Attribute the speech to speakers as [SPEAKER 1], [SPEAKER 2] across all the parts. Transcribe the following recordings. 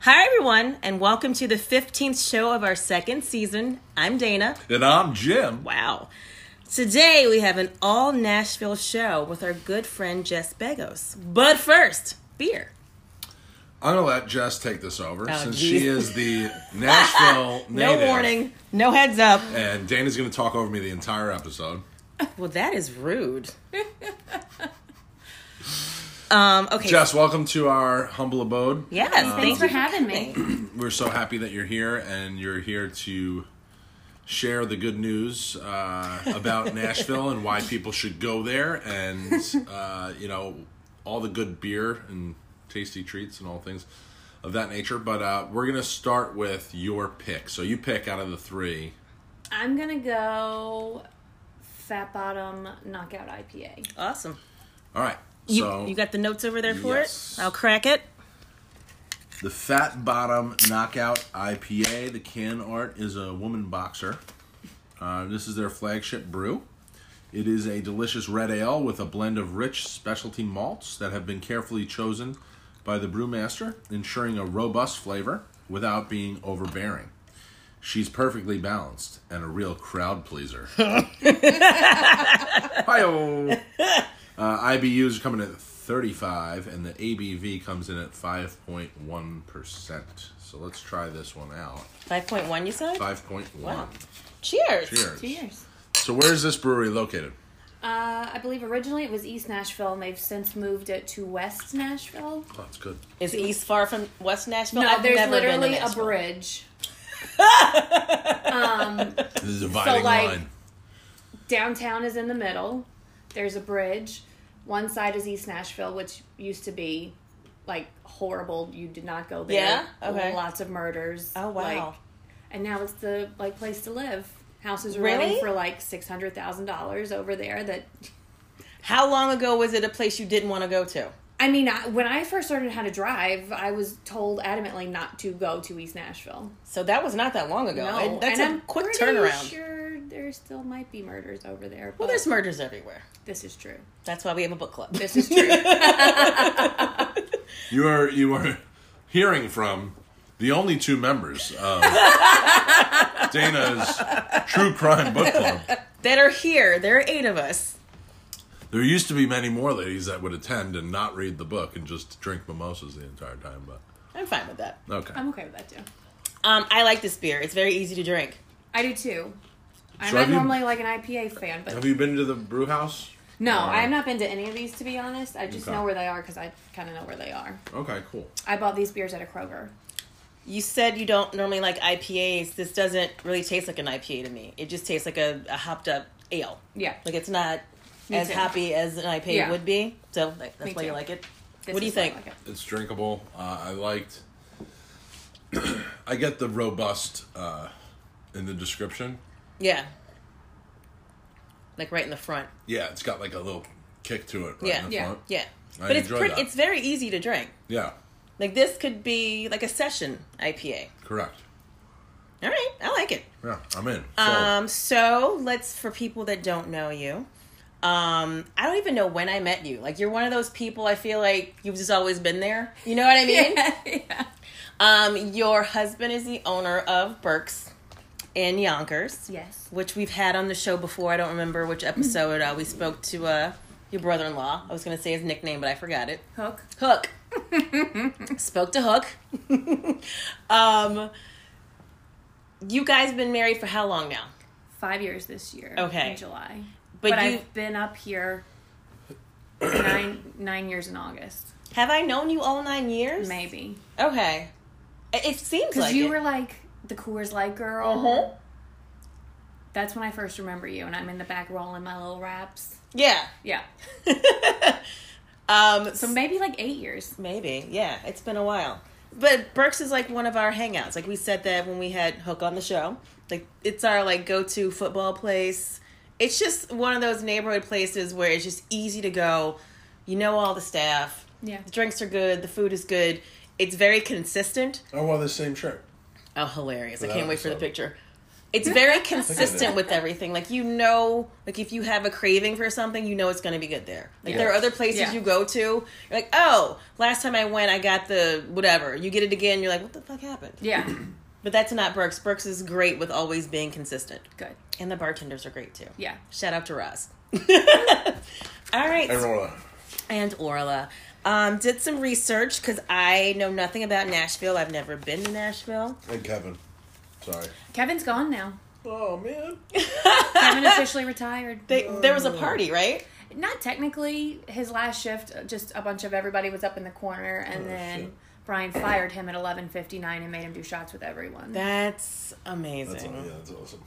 [SPEAKER 1] Hi, everyone, and welcome to the 15th show of our second season. I'm Dana.
[SPEAKER 2] And I'm Jim.
[SPEAKER 1] Wow. Today, we have an all Nashville show with our good friend Jess Begos. But first, beer.
[SPEAKER 2] I'm gonna let Jess take this over
[SPEAKER 1] Oh,
[SPEAKER 2] since
[SPEAKER 1] geez.
[SPEAKER 2] she is the Nashville
[SPEAKER 1] No
[SPEAKER 2] native.
[SPEAKER 1] warning, no heads up.
[SPEAKER 2] And Dana's gonna talk over me the entire episode.
[SPEAKER 1] Well, that is rude. um, okay.
[SPEAKER 2] Jess, welcome to our humble abode.
[SPEAKER 1] yes,
[SPEAKER 3] Thanks
[SPEAKER 1] thank
[SPEAKER 3] for
[SPEAKER 1] you.
[SPEAKER 3] having me.
[SPEAKER 2] We're so happy that you're here and you're here to share the good news uh, about Nashville and why people should go there and uh, you know all the good beer and tasty treats and all things of that nature. But uh, we're gonna start with your pick. So you pick out of the three.
[SPEAKER 3] I'm gonna go Fat Bottom Knockout IPA.
[SPEAKER 1] Awesome.
[SPEAKER 2] All right.
[SPEAKER 1] You,
[SPEAKER 2] so
[SPEAKER 1] you got the notes over there for
[SPEAKER 2] Yes.
[SPEAKER 1] it? I'll crack it.
[SPEAKER 2] The Fat Bottom Knockout IPA. The can art is a woman boxer. Uh, this is their flagship brew. It is a delicious red ale with a blend of rich specialty malts that have been carefully chosen by the brewmaster, ensuring a robust flavor without being overbearing. She's perfectly balanced and a real crowd pleaser. Hi-oh. Uh, IBUs come in at 35, and the ABV comes in at 5.1%. So let's try this one out.
[SPEAKER 1] 5.1, you said?
[SPEAKER 2] 5.1.
[SPEAKER 1] Wow. Cheers.
[SPEAKER 2] Cheers.
[SPEAKER 3] Cheers.
[SPEAKER 2] So where's this brewery located?
[SPEAKER 3] Uh, I believe originally it was East Nashville, and they've since moved it to West Nashville.
[SPEAKER 2] Oh, it's good.
[SPEAKER 1] Is East far from West Nashville?
[SPEAKER 3] No,
[SPEAKER 1] I've
[SPEAKER 3] there's
[SPEAKER 1] never been to
[SPEAKER 3] literally a
[SPEAKER 1] Nashville.
[SPEAKER 3] bridge.
[SPEAKER 2] The dividing
[SPEAKER 3] like-
[SPEAKER 2] line.
[SPEAKER 3] Downtown is in the middle. There's a bridge. One side is East Nashville, which used to be like horrible. You did not go there.
[SPEAKER 1] Yeah? Okay.
[SPEAKER 3] Lots of murders.
[SPEAKER 1] Oh, wow.
[SPEAKER 3] Like, and now it's the like place to live. Houses are
[SPEAKER 1] Really?
[SPEAKER 3] running for like six hundred thousand dollars over there. That
[SPEAKER 1] How long ago was it a place you didn't want to go to?
[SPEAKER 3] I mean, I, when I first learned how to drive, I was told adamantly not to go to East Nashville.
[SPEAKER 1] So that was not that long ago.
[SPEAKER 3] No,
[SPEAKER 1] It- that's
[SPEAKER 3] and
[SPEAKER 1] a
[SPEAKER 3] I'm
[SPEAKER 1] quick
[SPEAKER 3] pretty
[SPEAKER 1] turnaround.
[SPEAKER 3] Sure, there still might be murders over there. But
[SPEAKER 1] Well, there's murders everywhere.
[SPEAKER 3] this is true.
[SPEAKER 1] That's why we have a book club.
[SPEAKER 3] This is true.
[SPEAKER 2] You are you are hearing from the only two members of Dana's True Crime Book Club.
[SPEAKER 1] that are here. There are eight of us.
[SPEAKER 2] There used to be many more ladies that would attend and not read the book and just drink mimosas the entire time, but
[SPEAKER 1] I'm fine with that.
[SPEAKER 2] okay.
[SPEAKER 3] I'm okay with that too.
[SPEAKER 1] Um, I like this beer. It's very easy to drink.
[SPEAKER 3] I do too. I'm
[SPEAKER 2] So
[SPEAKER 3] not
[SPEAKER 2] have you-
[SPEAKER 3] normally like an IPA fan, but
[SPEAKER 2] Have you been to the brew house?
[SPEAKER 3] no,
[SPEAKER 2] Or-
[SPEAKER 3] I have not been to any of these to be honest. I just
[SPEAKER 2] Okay.
[SPEAKER 3] know where they are because I kind of know where they are.
[SPEAKER 2] Okay, cool.
[SPEAKER 3] I bought these beers at a Kroger.
[SPEAKER 1] You said you don't normally like IPAs. This doesn't really taste like an IPA to me. It just tastes like a, a hopped up ale.
[SPEAKER 3] Yeah,
[SPEAKER 1] Like it's not
[SPEAKER 3] Me
[SPEAKER 1] as
[SPEAKER 3] too.
[SPEAKER 1] hoppy as an IPA
[SPEAKER 3] Yeah.
[SPEAKER 1] would be. So like, that's
[SPEAKER 3] Me
[SPEAKER 1] why you
[SPEAKER 3] too.
[SPEAKER 1] like it.
[SPEAKER 3] This
[SPEAKER 1] what do you
[SPEAKER 3] is why I
[SPEAKER 1] think?
[SPEAKER 3] like it.
[SPEAKER 2] It's drinkable. Uh, I liked. I get the robust uh, in the description.
[SPEAKER 1] Yeah. Like right in the front.
[SPEAKER 2] Yeah, it's got like a little kick to it. Right
[SPEAKER 1] Yeah.
[SPEAKER 2] in the
[SPEAKER 3] Yeah.
[SPEAKER 2] Front.
[SPEAKER 1] Yeah.
[SPEAKER 2] I
[SPEAKER 1] but it's
[SPEAKER 2] enjoy
[SPEAKER 1] pretty
[SPEAKER 2] that.
[SPEAKER 1] it's very easy to drink.
[SPEAKER 2] Yeah,
[SPEAKER 1] Like this could be like a session IPA.
[SPEAKER 2] correct.
[SPEAKER 1] All right, I like it.
[SPEAKER 2] Yeah, I'm in. So,
[SPEAKER 1] Um, so let's for people that don't know you. Um, I don't even know when I met you. Like you're one of those people I feel like you've just always been there. You know what I mean?
[SPEAKER 3] yeah.
[SPEAKER 1] Um, your husband is the owner of Burke's in Yonkers,
[SPEAKER 3] Yes.
[SPEAKER 1] which we've had on the show before. I don't remember which episode. Uh, we spoke to uh, your brother-in-law. I was going to say his nickname, but I forgot it.
[SPEAKER 3] Hook.
[SPEAKER 1] Hook. Spoke to Hook. um, you guys been married for how long now?
[SPEAKER 3] Five years this year.
[SPEAKER 1] Okay.
[SPEAKER 3] In July.
[SPEAKER 1] But
[SPEAKER 3] But,
[SPEAKER 1] you-
[SPEAKER 3] I've been up here nine nine years in August,
[SPEAKER 1] Have I known you all nine years?
[SPEAKER 3] maybe.
[SPEAKER 1] Okay. It, it seems
[SPEAKER 3] Because
[SPEAKER 1] like
[SPEAKER 3] you
[SPEAKER 1] it.
[SPEAKER 3] were like the Coors Light girl.
[SPEAKER 1] Mhm.
[SPEAKER 3] That's when I first remember you, and I'm in the back rolling my little wraps.
[SPEAKER 1] Yeah.
[SPEAKER 3] Yeah.
[SPEAKER 1] um.
[SPEAKER 3] So maybe like eight years.
[SPEAKER 1] Maybe. Yeah. It's been a while. But Burks is like one of our hangouts. Like we said that when we had Hook on the show. Like it's our like go to football place. It's just one of those neighborhood places where it's just easy to go. You know all the staff.
[SPEAKER 3] Yeah.
[SPEAKER 1] The drinks are good. The food is good. It's very consistent.
[SPEAKER 2] I wore the same shirt.
[SPEAKER 1] Oh, hilarious! I
[SPEAKER 2] That
[SPEAKER 1] can't
[SPEAKER 2] was
[SPEAKER 1] wait for the
[SPEAKER 2] so-
[SPEAKER 1] picture. It's very consistent with everything. Like you know, like if you have a craving for something, you know it's going to be good there. Like there are other places
[SPEAKER 4] Yeah.
[SPEAKER 1] you go to, you're like, oh, last time I went, I got the whatever. You get it again, you're like, what the fuck happened?
[SPEAKER 4] Yeah.
[SPEAKER 1] But that's not Burks. Burks is great with always being consistent,
[SPEAKER 4] Good.
[SPEAKER 1] and the bartenders are great too.
[SPEAKER 4] Yeah.
[SPEAKER 1] Shout out to Roz. All right,
[SPEAKER 2] Aurora.
[SPEAKER 1] and Orla. Um, did some research because I know nothing about Nashville. I've never been to Nashville.
[SPEAKER 2] And Kevin. Sorry.
[SPEAKER 3] Kevin's gone now.
[SPEAKER 2] Oh, man.
[SPEAKER 3] Kevin officially retired.
[SPEAKER 1] They, there was a party, right?
[SPEAKER 3] Not technically his last shift. uh, Just a bunch of everybody was up in the corner, and
[SPEAKER 2] Oh,
[SPEAKER 3] then
[SPEAKER 2] shit.
[SPEAKER 3] Brian fired him at eleven fifty nine and made him do shots with everyone.
[SPEAKER 1] That's amazing.
[SPEAKER 2] That's, yeah, that's awesome.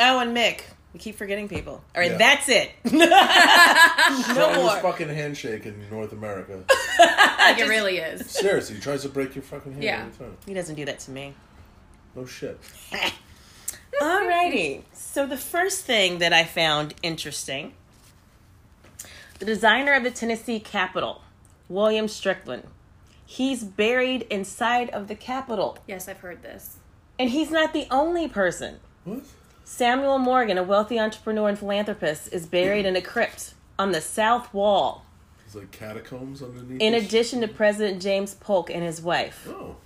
[SPEAKER 1] Oh, and Mick. We keep forgetting people. All right,
[SPEAKER 2] Yeah.
[SPEAKER 1] that's it. no
[SPEAKER 2] Strongest
[SPEAKER 1] more.
[SPEAKER 2] fucking handshake in North America.
[SPEAKER 3] like it really is.
[SPEAKER 2] Seriously, he tries to break your fucking hand
[SPEAKER 3] Yeah.
[SPEAKER 2] every time.
[SPEAKER 1] He doesn't do that to me.
[SPEAKER 2] No shit.
[SPEAKER 1] Alrighty. So the first thing that I found interesting, the designer of the Tennessee Capitol, William Strickland, he's buried inside of the Capitol,
[SPEAKER 3] Yes, I've heard this.
[SPEAKER 1] and he's not the only person.
[SPEAKER 2] What?
[SPEAKER 1] Samuel Morgan, a wealthy entrepreneur and philanthropist, is buried in a crypt on the south wall.
[SPEAKER 2] There's like catacombs underneath.
[SPEAKER 1] In
[SPEAKER 2] this?
[SPEAKER 1] addition to President James Polk and his wife.
[SPEAKER 2] Oh,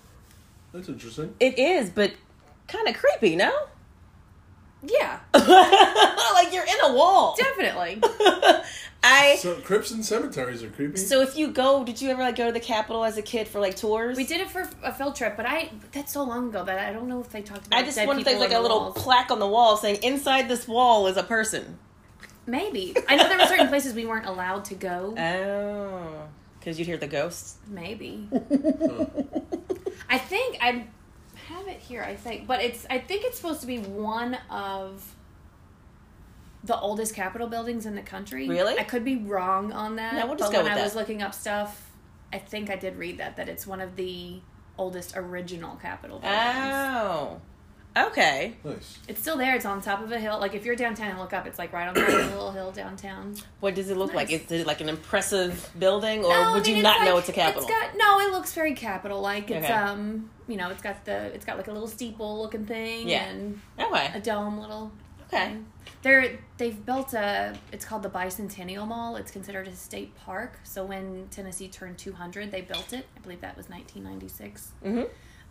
[SPEAKER 2] that's interesting.
[SPEAKER 1] It is, but kind of creepy, no?
[SPEAKER 3] Yeah,
[SPEAKER 1] like you're in a wall.
[SPEAKER 3] definitely.
[SPEAKER 1] I
[SPEAKER 2] So crypts and cemeteries are creepy.
[SPEAKER 1] so if you go, did you ever like go to the Capitol as a kid for like tours?
[SPEAKER 3] We did it for a field trip, but I that's so long ago that I don't know if they talked about.
[SPEAKER 1] I just
[SPEAKER 3] dead
[SPEAKER 1] wonder if there's
[SPEAKER 3] people
[SPEAKER 1] like a
[SPEAKER 3] on the
[SPEAKER 1] little
[SPEAKER 3] walls.
[SPEAKER 1] plaque on the wall saying "Inside this wall is a person."
[SPEAKER 3] Maybe I know there were certain places we weren't allowed to go.
[SPEAKER 1] Uh, Oh, because you'd hear the ghosts.
[SPEAKER 3] Maybe. I think I have it here. I think, but it's. I think it's supposed to be one of the oldest Capitol buildings in the country.
[SPEAKER 1] Really?
[SPEAKER 3] I could be wrong on that.
[SPEAKER 1] No, we'll just
[SPEAKER 3] but
[SPEAKER 1] go with
[SPEAKER 3] when I
[SPEAKER 1] that.
[SPEAKER 3] was looking up stuff, I think I did read that that it's one of the oldest original Capitol buildings.
[SPEAKER 1] Oh, okay.
[SPEAKER 2] nice.
[SPEAKER 3] It's still there. It's on top of a hill. Like if you're downtown and look up, it's like right on top of a little hill downtown.
[SPEAKER 1] What does it look like?
[SPEAKER 3] Nice.
[SPEAKER 1] Is it like an impressive building, or
[SPEAKER 3] No, I
[SPEAKER 1] would
[SPEAKER 3] mean,
[SPEAKER 1] you not
[SPEAKER 3] like-
[SPEAKER 1] know it's a Capitol?
[SPEAKER 3] It's got no. It looks very Capitol like. It's
[SPEAKER 1] Okay.
[SPEAKER 3] um, you know, it's got the it's got like a little steeple looking thing
[SPEAKER 1] Yeah.
[SPEAKER 3] and a
[SPEAKER 1] okay,
[SPEAKER 3] dome little.
[SPEAKER 1] Oh, okay.
[SPEAKER 3] thing. They're they've built a. It's called the Bicentennial Mall. It's considered a state park. So when Tennessee turned 200, they built it. I believe that was 1996.
[SPEAKER 1] hmm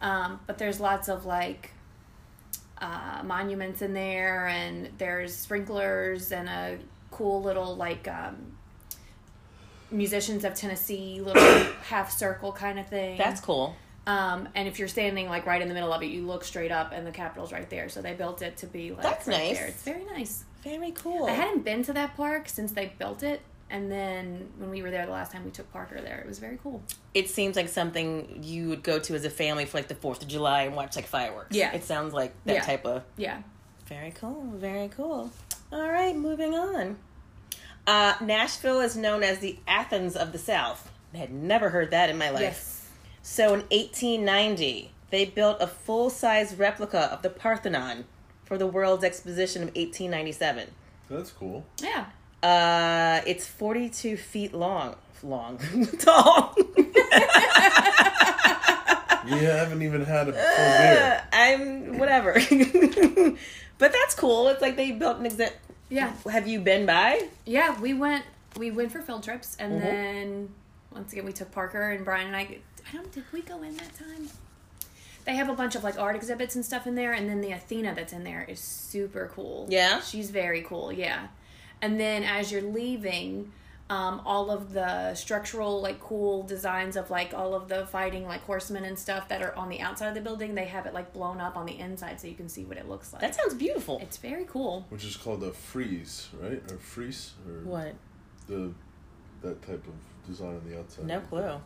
[SPEAKER 3] Um, but there's lots of like uh, monuments in there, and there's sprinklers and a cool little like um, musicians of Tennessee little half circle kind of thing.
[SPEAKER 1] That's cool.
[SPEAKER 3] um, and if you're standing like right in the middle of it, you look straight up, and the Capitol's right there. So they built it to be like
[SPEAKER 1] That's
[SPEAKER 3] right
[SPEAKER 1] nice.
[SPEAKER 3] There. It's very nice.
[SPEAKER 1] Very cool.
[SPEAKER 3] I hadn't been to that park since they built it. And then when we were there the last time, we took Parker there. It was very cool.
[SPEAKER 1] it seems like something you would go to as a family for like the Fourth of July and watch like fireworks.
[SPEAKER 3] Yeah.
[SPEAKER 1] it sounds like that
[SPEAKER 3] Yeah.
[SPEAKER 1] type of.
[SPEAKER 3] Yeah.
[SPEAKER 1] Very cool. Very cool. All right, moving on. Uh, Nashville is known as the Athens of the South. I had never heard that in my life.
[SPEAKER 3] Yes.
[SPEAKER 1] So in 1890, they built a full-size replica of the Parthenon for the World's Exposition of 1897.
[SPEAKER 2] That's cool.
[SPEAKER 3] Yeah.
[SPEAKER 1] Uh, it's 42 feet long. Long. Tall.
[SPEAKER 2] We haven't even had a full beer.
[SPEAKER 1] I'm whatever. but that's cool. It's like they built an exhibit.
[SPEAKER 3] Yeah.
[SPEAKER 1] Have you been by?
[SPEAKER 3] Yeah, we went we went for field trips and then once again we took Parker and Brian and I I don't did we go in that time? They have a bunch of like art exhibits and stuff in there and then the Athena that's in there is super cool.
[SPEAKER 1] Yeah?
[SPEAKER 3] She's very cool, yeah. And then as you're leaving um, all of the structural like cool designs of like all of the fighting like horsemen and stuff that are on the outside of the building they have it like blown up on the inside so you can see what it looks like
[SPEAKER 1] That sounds beautiful.
[SPEAKER 3] it's very cool
[SPEAKER 2] Which is called a freeze, right? Or freeze? Or
[SPEAKER 1] What?
[SPEAKER 2] The, that type of design on the outside.
[SPEAKER 1] No clue.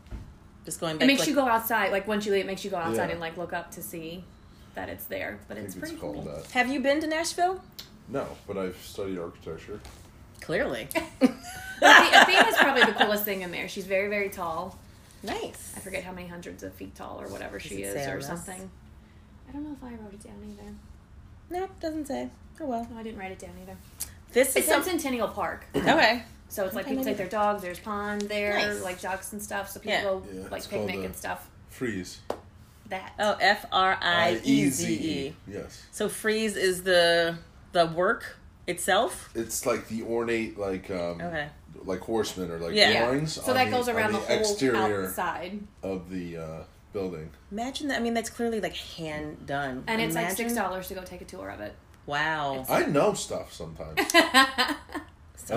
[SPEAKER 1] Just going back.
[SPEAKER 3] It makes
[SPEAKER 1] like-
[SPEAKER 3] you go outside. Like once you leave, it makes you go outside
[SPEAKER 2] Yeah.
[SPEAKER 3] and like look up to see that it's there. But
[SPEAKER 2] I
[SPEAKER 3] it's
[SPEAKER 2] think it's
[SPEAKER 3] pretty
[SPEAKER 2] called
[SPEAKER 3] cool.
[SPEAKER 2] that.
[SPEAKER 1] Have you been to Nashville?
[SPEAKER 2] No, but I've studied architecture.
[SPEAKER 1] Clearly.
[SPEAKER 3] Athe- Athena's probably the coolest thing in there. She's very very tall.
[SPEAKER 1] nice.
[SPEAKER 3] I forget how many hundreds of feet tall or whatever she
[SPEAKER 1] it
[SPEAKER 3] is
[SPEAKER 1] say on
[SPEAKER 3] or
[SPEAKER 1] this?
[SPEAKER 3] something. I don't know if I wrote it down either.
[SPEAKER 1] No, doesn't say. Oh well.
[SPEAKER 3] No, I didn't write it down either.
[SPEAKER 1] This is
[SPEAKER 3] It's in
[SPEAKER 1] something.
[SPEAKER 3] Centennial Park,
[SPEAKER 1] Okay.
[SPEAKER 3] so it's like
[SPEAKER 1] Okay,
[SPEAKER 3] people take
[SPEAKER 1] maybe.
[SPEAKER 3] their dogs. There's pond there,
[SPEAKER 1] Nice.
[SPEAKER 3] like jocks and stuff. So
[SPEAKER 1] Yeah.
[SPEAKER 3] people go
[SPEAKER 2] Yeah, it's
[SPEAKER 3] like
[SPEAKER 2] called
[SPEAKER 3] picnic
[SPEAKER 2] the-
[SPEAKER 3] and stuff.
[SPEAKER 2] Freeze.
[SPEAKER 3] that?
[SPEAKER 1] Oh, F R I E Z E.
[SPEAKER 2] Yes.
[SPEAKER 1] So freeze is the the work itself.
[SPEAKER 2] It's like the ornate, like um,
[SPEAKER 1] Okay.
[SPEAKER 2] like horsemen or like
[SPEAKER 1] Yeah. Yeah.
[SPEAKER 2] drawings.
[SPEAKER 3] So that goes
[SPEAKER 2] on
[SPEAKER 3] around the,
[SPEAKER 2] the
[SPEAKER 3] whole
[SPEAKER 2] exterior
[SPEAKER 3] outside,
[SPEAKER 2] of the uh, building.
[SPEAKER 1] Imagine that. I mean, that's clearly like hand done.
[SPEAKER 3] and it's like
[SPEAKER 1] Imagine-
[SPEAKER 3] six dollars to go take a tour of it.
[SPEAKER 1] Wow.
[SPEAKER 2] I know stuff sometimes. I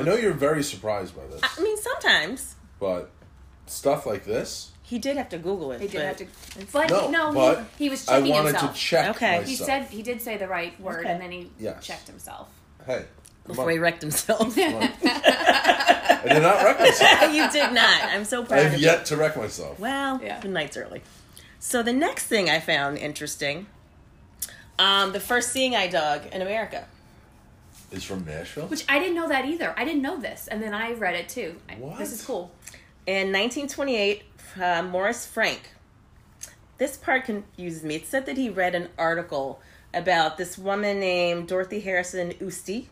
[SPEAKER 2] know you're very surprised by this,
[SPEAKER 1] I mean, sometimes
[SPEAKER 2] but stuff like this.
[SPEAKER 1] he did have to Google it.
[SPEAKER 3] He did
[SPEAKER 1] but-
[SPEAKER 3] have to, but
[SPEAKER 2] No,
[SPEAKER 3] no, he,
[SPEAKER 2] but
[SPEAKER 3] he was
[SPEAKER 2] I
[SPEAKER 3] checking
[SPEAKER 2] wanted
[SPEAKER 3] himself.
[SPEAKER 2] to check.
[SPEAKER 1] Okay.
[SPEAKER 2] myself.
[SPEAKER 3] he said he did say the right word,
[SPEAKER 1] Okay.
[SPEAKER 3] and then he
[SPEAKER 2] Yes.
[SPEAKER 3] checked himself.
[SPEAKER 2] "Hey, come
[SPEAKER 1] before he
[SPEAKER 2] on.
[SPEAKER 1] wrecked himself. you
[SPEAKER 2] I did not wreck myself.
[SPEAKER 1] did not. I'm so
[SPEAKER 2] I
[SPEAKER 1] proud of
[SPEAKER 2] have
[SPEAKER 1] you.
[SPEAKER 2] yet to wreck myself."
[SPEAKER 1] Well,
[SPEAKER 3] Yeah.
[SPEAKER 1] the night's early. So the next thing I found interesting, um, the first seeing eye dog in America.
[SPEAKER 2] Is from Nashville.
[SPEAKER 3] Which I didn't know that either. I didn't know this, and then I read it too. I-
[SPEAKER 2] What?
[SPEAKER 3] This is cool.
[SPEAKER 1] In 1928, uh, Morris Frank. This part confuses me. It said that he read an article about this woman named Dorothy Harrison Usti,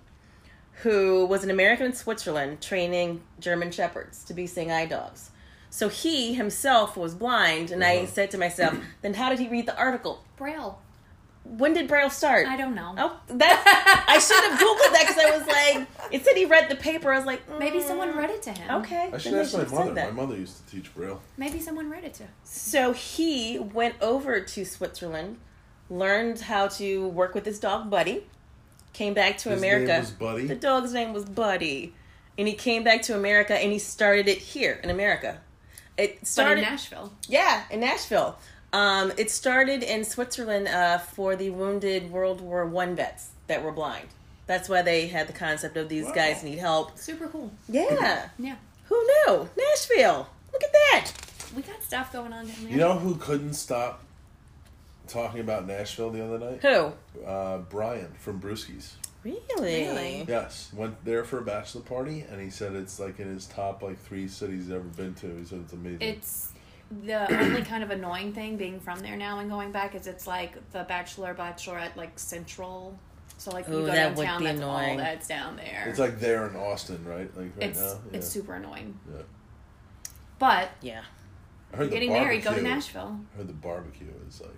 [SPEAKER 1] who was an American in Switzerland training German shepherds to be seeing eye dogs. So he himself was blind, and I
[SPEAKER 2] Uh-huh.
[SPEAKER 1] said to myself, then how did he read the article?
[SPEAKER 3] Braille.
[SPEAKER 1] When did Braille start?
[SPEAKER 3] I don't know.
[SPEAKER 1] Oh, that I should have googled that because I was like, it said he read the paper. I was like,
[SPEAKER 3] Maybe
[SPEAKER 1] mm,
[SPEAKER 3] someone read it to him.
[SPEAKER 1] Okay,
[SPEAKER 2] I should
[SPEAKER 1] then
[SPEAKER 2] ask
[SPEAKER 1] they
[SPEAKER 2] my
[SPEAKER 1] have said
[SPEAKER 2] mother.
[SPEAKER 1] that.
[SPEAKER 2] My mother used to teach Braille.
[SPEAKER 3] Maybe someone read it to.
[SPEAKER 1] So he went over to Switzerland, learned how to work with his dog Buddy, came back to
[SPEAKER 2] His
[SPEAKER 1] America.
[SPEAKER 2] name was Buddy?
[SPEAKER 1] The dog's name was Buddy, and he came back to America and he started it here in America. It
[SPEAKER 3] But in
[SPEAKER 1] started,
[SPEAKER 3] Nashville.
[SPEAKER 1] yeah, in Nashville. Um, it started in Switzerland uh, for the wounded World War One vets that were blind. That's why they had the concept of these
[SPEAKER 2] Wow.
[SPEAKER 1] guys need help.
[SPEAKER 3] Super cool.
[SPEAKER 1] Yeah,
[SPEAKER 3] Yeah.
[SPEAKER 1] who knew? Nashville. Look at that.
[SPEAKER 3] We got stuff going on down there.
[SPEAKER 2] You know who couldn't stop talking about Nashville the other night?
[SPEAKER 1] Who?
[SPEAKER 2] Uh, Brian from Brewski's.
[SPEAKER 1] Really?
[SPEAKER 3] Really?
[SPEAKER 2] Yes, went there for a bachelor party, and he said it's like in his top like three cities he's ever been to. He said it's amazing.
[SPEAKER 3] It's the only kind of annoying thing being from there now and going back is it's like the bachelor bachelorette like central. So like
[SPEAKER 1] Ooh,
[SPEAKER 3] you go
[SPEAKER 1] that would
[SPEAKER 3] downtown,
[SPEAKER 1] be
[SPEAKER 3] that's
[SPEAKER 1] annoying.
[SPEAKER 3] all that's down there.
[SPEAKER 2] It's like there in Austin, right? Like right
[SPEAKER 3] it's,
[SPEAKER 2] now. Yeah.
[SPEAKER 3] it's super annoying.
[SPEAKER 2] Yeah.
[SPEAKER 3] But
[SPEAKER 1] Yeah.
[SPEAKER 2] I heard the
[SPEAKER 3] getting married, go to
[SPEAKER 2] barbecue-
[SPEAKER 3] Nashville.
[SPEAKER 2] I heard the barbecue is like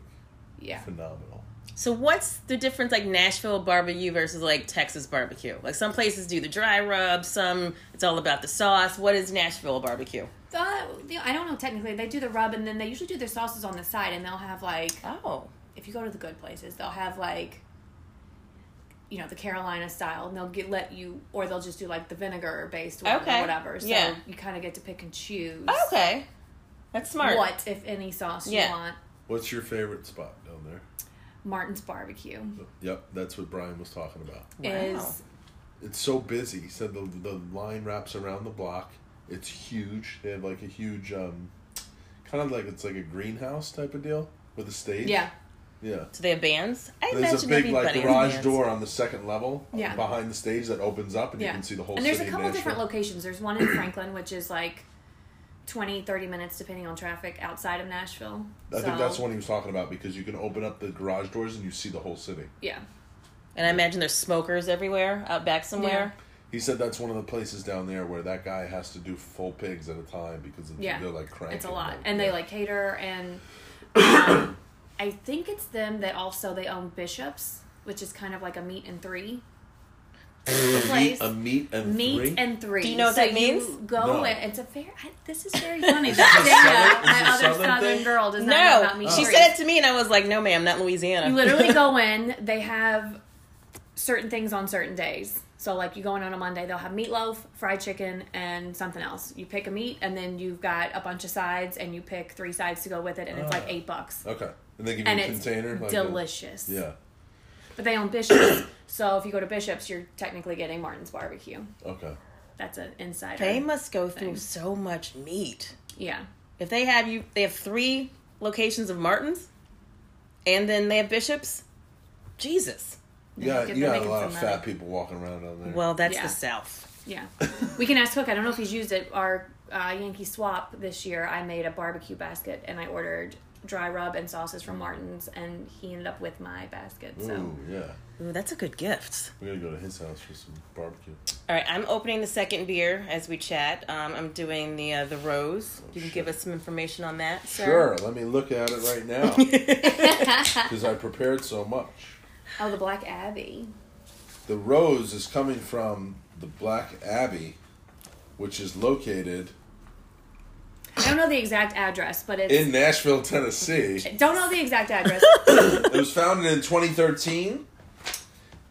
[SPEAKER 3] Yeah.
[SPEAKER 2] phenomenal.
[SPEAKER 1] So what's the difference like Nashville barbecue versus like Texas barbecue? Like some places do the dry rub, some it's all about the sauce. What is Nashville barbecue?
[SPEAKER 3] Uh, you know, I don't know technically. They do the rub and then they usually do their sauces on the side and they'll have like
[SPEAKER 1] Oh.
[SPEAKER 3] if you go to the good places, they'll have like, you know, the Carolina style, and they'll get let you, or they'll just do like the vinegar based one
[SPEAKER 1] Okay.
[SPEAKER 3] or whatever. So
[SPEAKER 1] Yeah. Oh,
[SPEAKER 3] you kind of get to pick and choose
[SPEAKER 1] Okay. That's smart.
[SPEAKER 3] what, if any, sauce
[SPEAKER 1] Yeah.
[SPEAKER 3] you want.
[SPEAKER 2] What's your favorite spot down there?
[SPEAKER 3] Martin's barbecue
[SPEAKER 2] Yep, that's what Brian was talking about.
[SPEAKER 1] Wow.
[SPEAKER 3] is
[SPEAKER 2] It's so busy. He said the the line wraps around the block. It's huge. They have like a huge, um, kind of like it's like a greenhouse type of deal with a stage.
[SPEAKER 3] yeah,
[SPEAKER 2] yeah.
[SPEAKER 1] So they have bands? I
[SPEAKER 2] There's a
[SPEAKER 1] imagine
[SPEAKER 2] big like
[SPEAKER 1] everybody has
[SPEAKER 2] garage
[SPEAKER 1] bands.
[SPEAKER 2] door on the second level
[SPEAKER 3] Yeah.
[SPEAKER 2] behind the stage that opens up and
[SPEAKER 3] yeah.
[SPEAKER 2] you can see the whole
[SPEAKER 3] and there's
[SPEAKER 2] city
[SPEAKER 3] a
[SPEAKER 2] of
[SPEAKER 3] couple different
[SPEAKER 2] Nashville.
[SPEAKER 3] locations. There's one in Franklin, which is like 20, 30 minutes depending on traffic outside of Nashville.
[SPEAKER 2] I
[SPEAKER 3] so,
[SPEAKER 2] think that's the one he was talking about because you can open up the garage doors and you see the whole city.
[SPEAKER 3] Yeah,
[SPEAKER 1] And I imagine there's smokers everywhere out back somewhere.
[SPEAKER 2] He said that's one of the places down there where that guy has to do full pigs at a time because it's,
[SPEAKER 3] Yeah.
[SPEAKER 2] they're like cranking.
[SPEAKER 3] it's a lot
[SPEAKER 2] like-
[SPEAKER 3] and they
[SPEAKER 2] yeah.
[SPEAKER 3] like cater and um, i think it's them that also they own bishops which is kind of like a meat and three place
[SPEAKER 2] a meat and
[SPEAKER 3] meat
[SPEAKER 2] three?
[SPEAKER 3] and three
[SPEAKER 1] Do you know what that
[SPEAKER 3] you
[SPEAKER 1] means?
[SPEAKER 3] go
[SPEAKER 2] No.
[SPEAKER 3] and it's a fair I, this is very funny
[SPEAKER 2] this a
[SPEAKER 3] Dana,
[SPEAKER 2] southern-
[SPEAKER 3] my
[SPEAKER 2] is this
[SPEAKER 3] other
[SPEAKER 2] southern
[SPEAKER 3] southern,
[SPEAKER 2] thing?
[SPEAKER 3] girl does not know about meat
[SPEAKER 1] No. She
[SPEAKER 3] and three.
[SPEAKER 1] said it to me and I was like, No ma'am, not Louisiana.
[SPEAKER 3] you literally go in they have certain things on certain days so like you go in on a monday they'll have meatloaf fried chicken and something else you pick a meat and then you've got a bunch of sides and you pick three sides to go with it and it's like
[SPEAKER 2] Ah.
[SPEAKER 3] eight bucks
[SPEAKER 2] Okay. And they give you
[SPEAKER 3] and
[SPEAKER 2] a
[SPEAKER 3] it's
[SPEAKER 2] container. like a-
[SPEAKER 3] delicious
[SPEAKER 2] yeah.
[SPEAKER 3] but they own bishops so if you go to bishops you're technically getting martin's barbecue
[SPEAKER 2] Okay.
[SPEAKER 3] that's an insider
[SPEAKER 1] they must go through so much meat.
[SPEAKER 3] yeah
[SPEAKER 1] If they have you, they have three locations of Martins, and then they have Bishops. Jesus.
[SPEAKER 2] You got,
[SPEAKER 3] get
[SPEAKER 2] you
[SPEAKER 3] them
[SPEAKER 2] got a
[SPEAKER 3] making
[SPEAKER 2] lot of
[SPEAKER 3] some
[SPEAKER 2] fat
[SPEAKER 3] money.
[SPEAKER 2] people walking around down there.
[SPEAKER 1] Well, that's
[SPEAKER 3] Yeah.
[SPEAKER 1] the South.
[SPEAKER 3] yeah we can ask cook i don't know if he's used it our uh, yankee swap this year i made a barbecue basket and i ordered dry rub and sauces from martin's and he ended up with my basket so
[SPEAKER 2] Ooh, yeah.
[SPEAKER 1] Ooh, that's a good gift.
[SPEAKER 2] We gotta go to his house for some barbecue.
[SPEAKER 1] All right, I'm opening the second beer as we chat. Um, I'm doing the uh, the rose. You can give us some information on that, sir.
[SPEAKER 2] Sure, let me look at it right now because I prepared so much.
[SPEAKER 3] Oh, the Black Abbey.
[SPEAKER 2] The rose is coming from the Black Abbey, which is located
[SPEAKER 3] I don't know the exact address, but it's.
[SPEAKER 2] in Nashville, Tennessee.
[SPEAKER 3] don't know the exact address.
[SPEAKER 2] It was founded in 2013,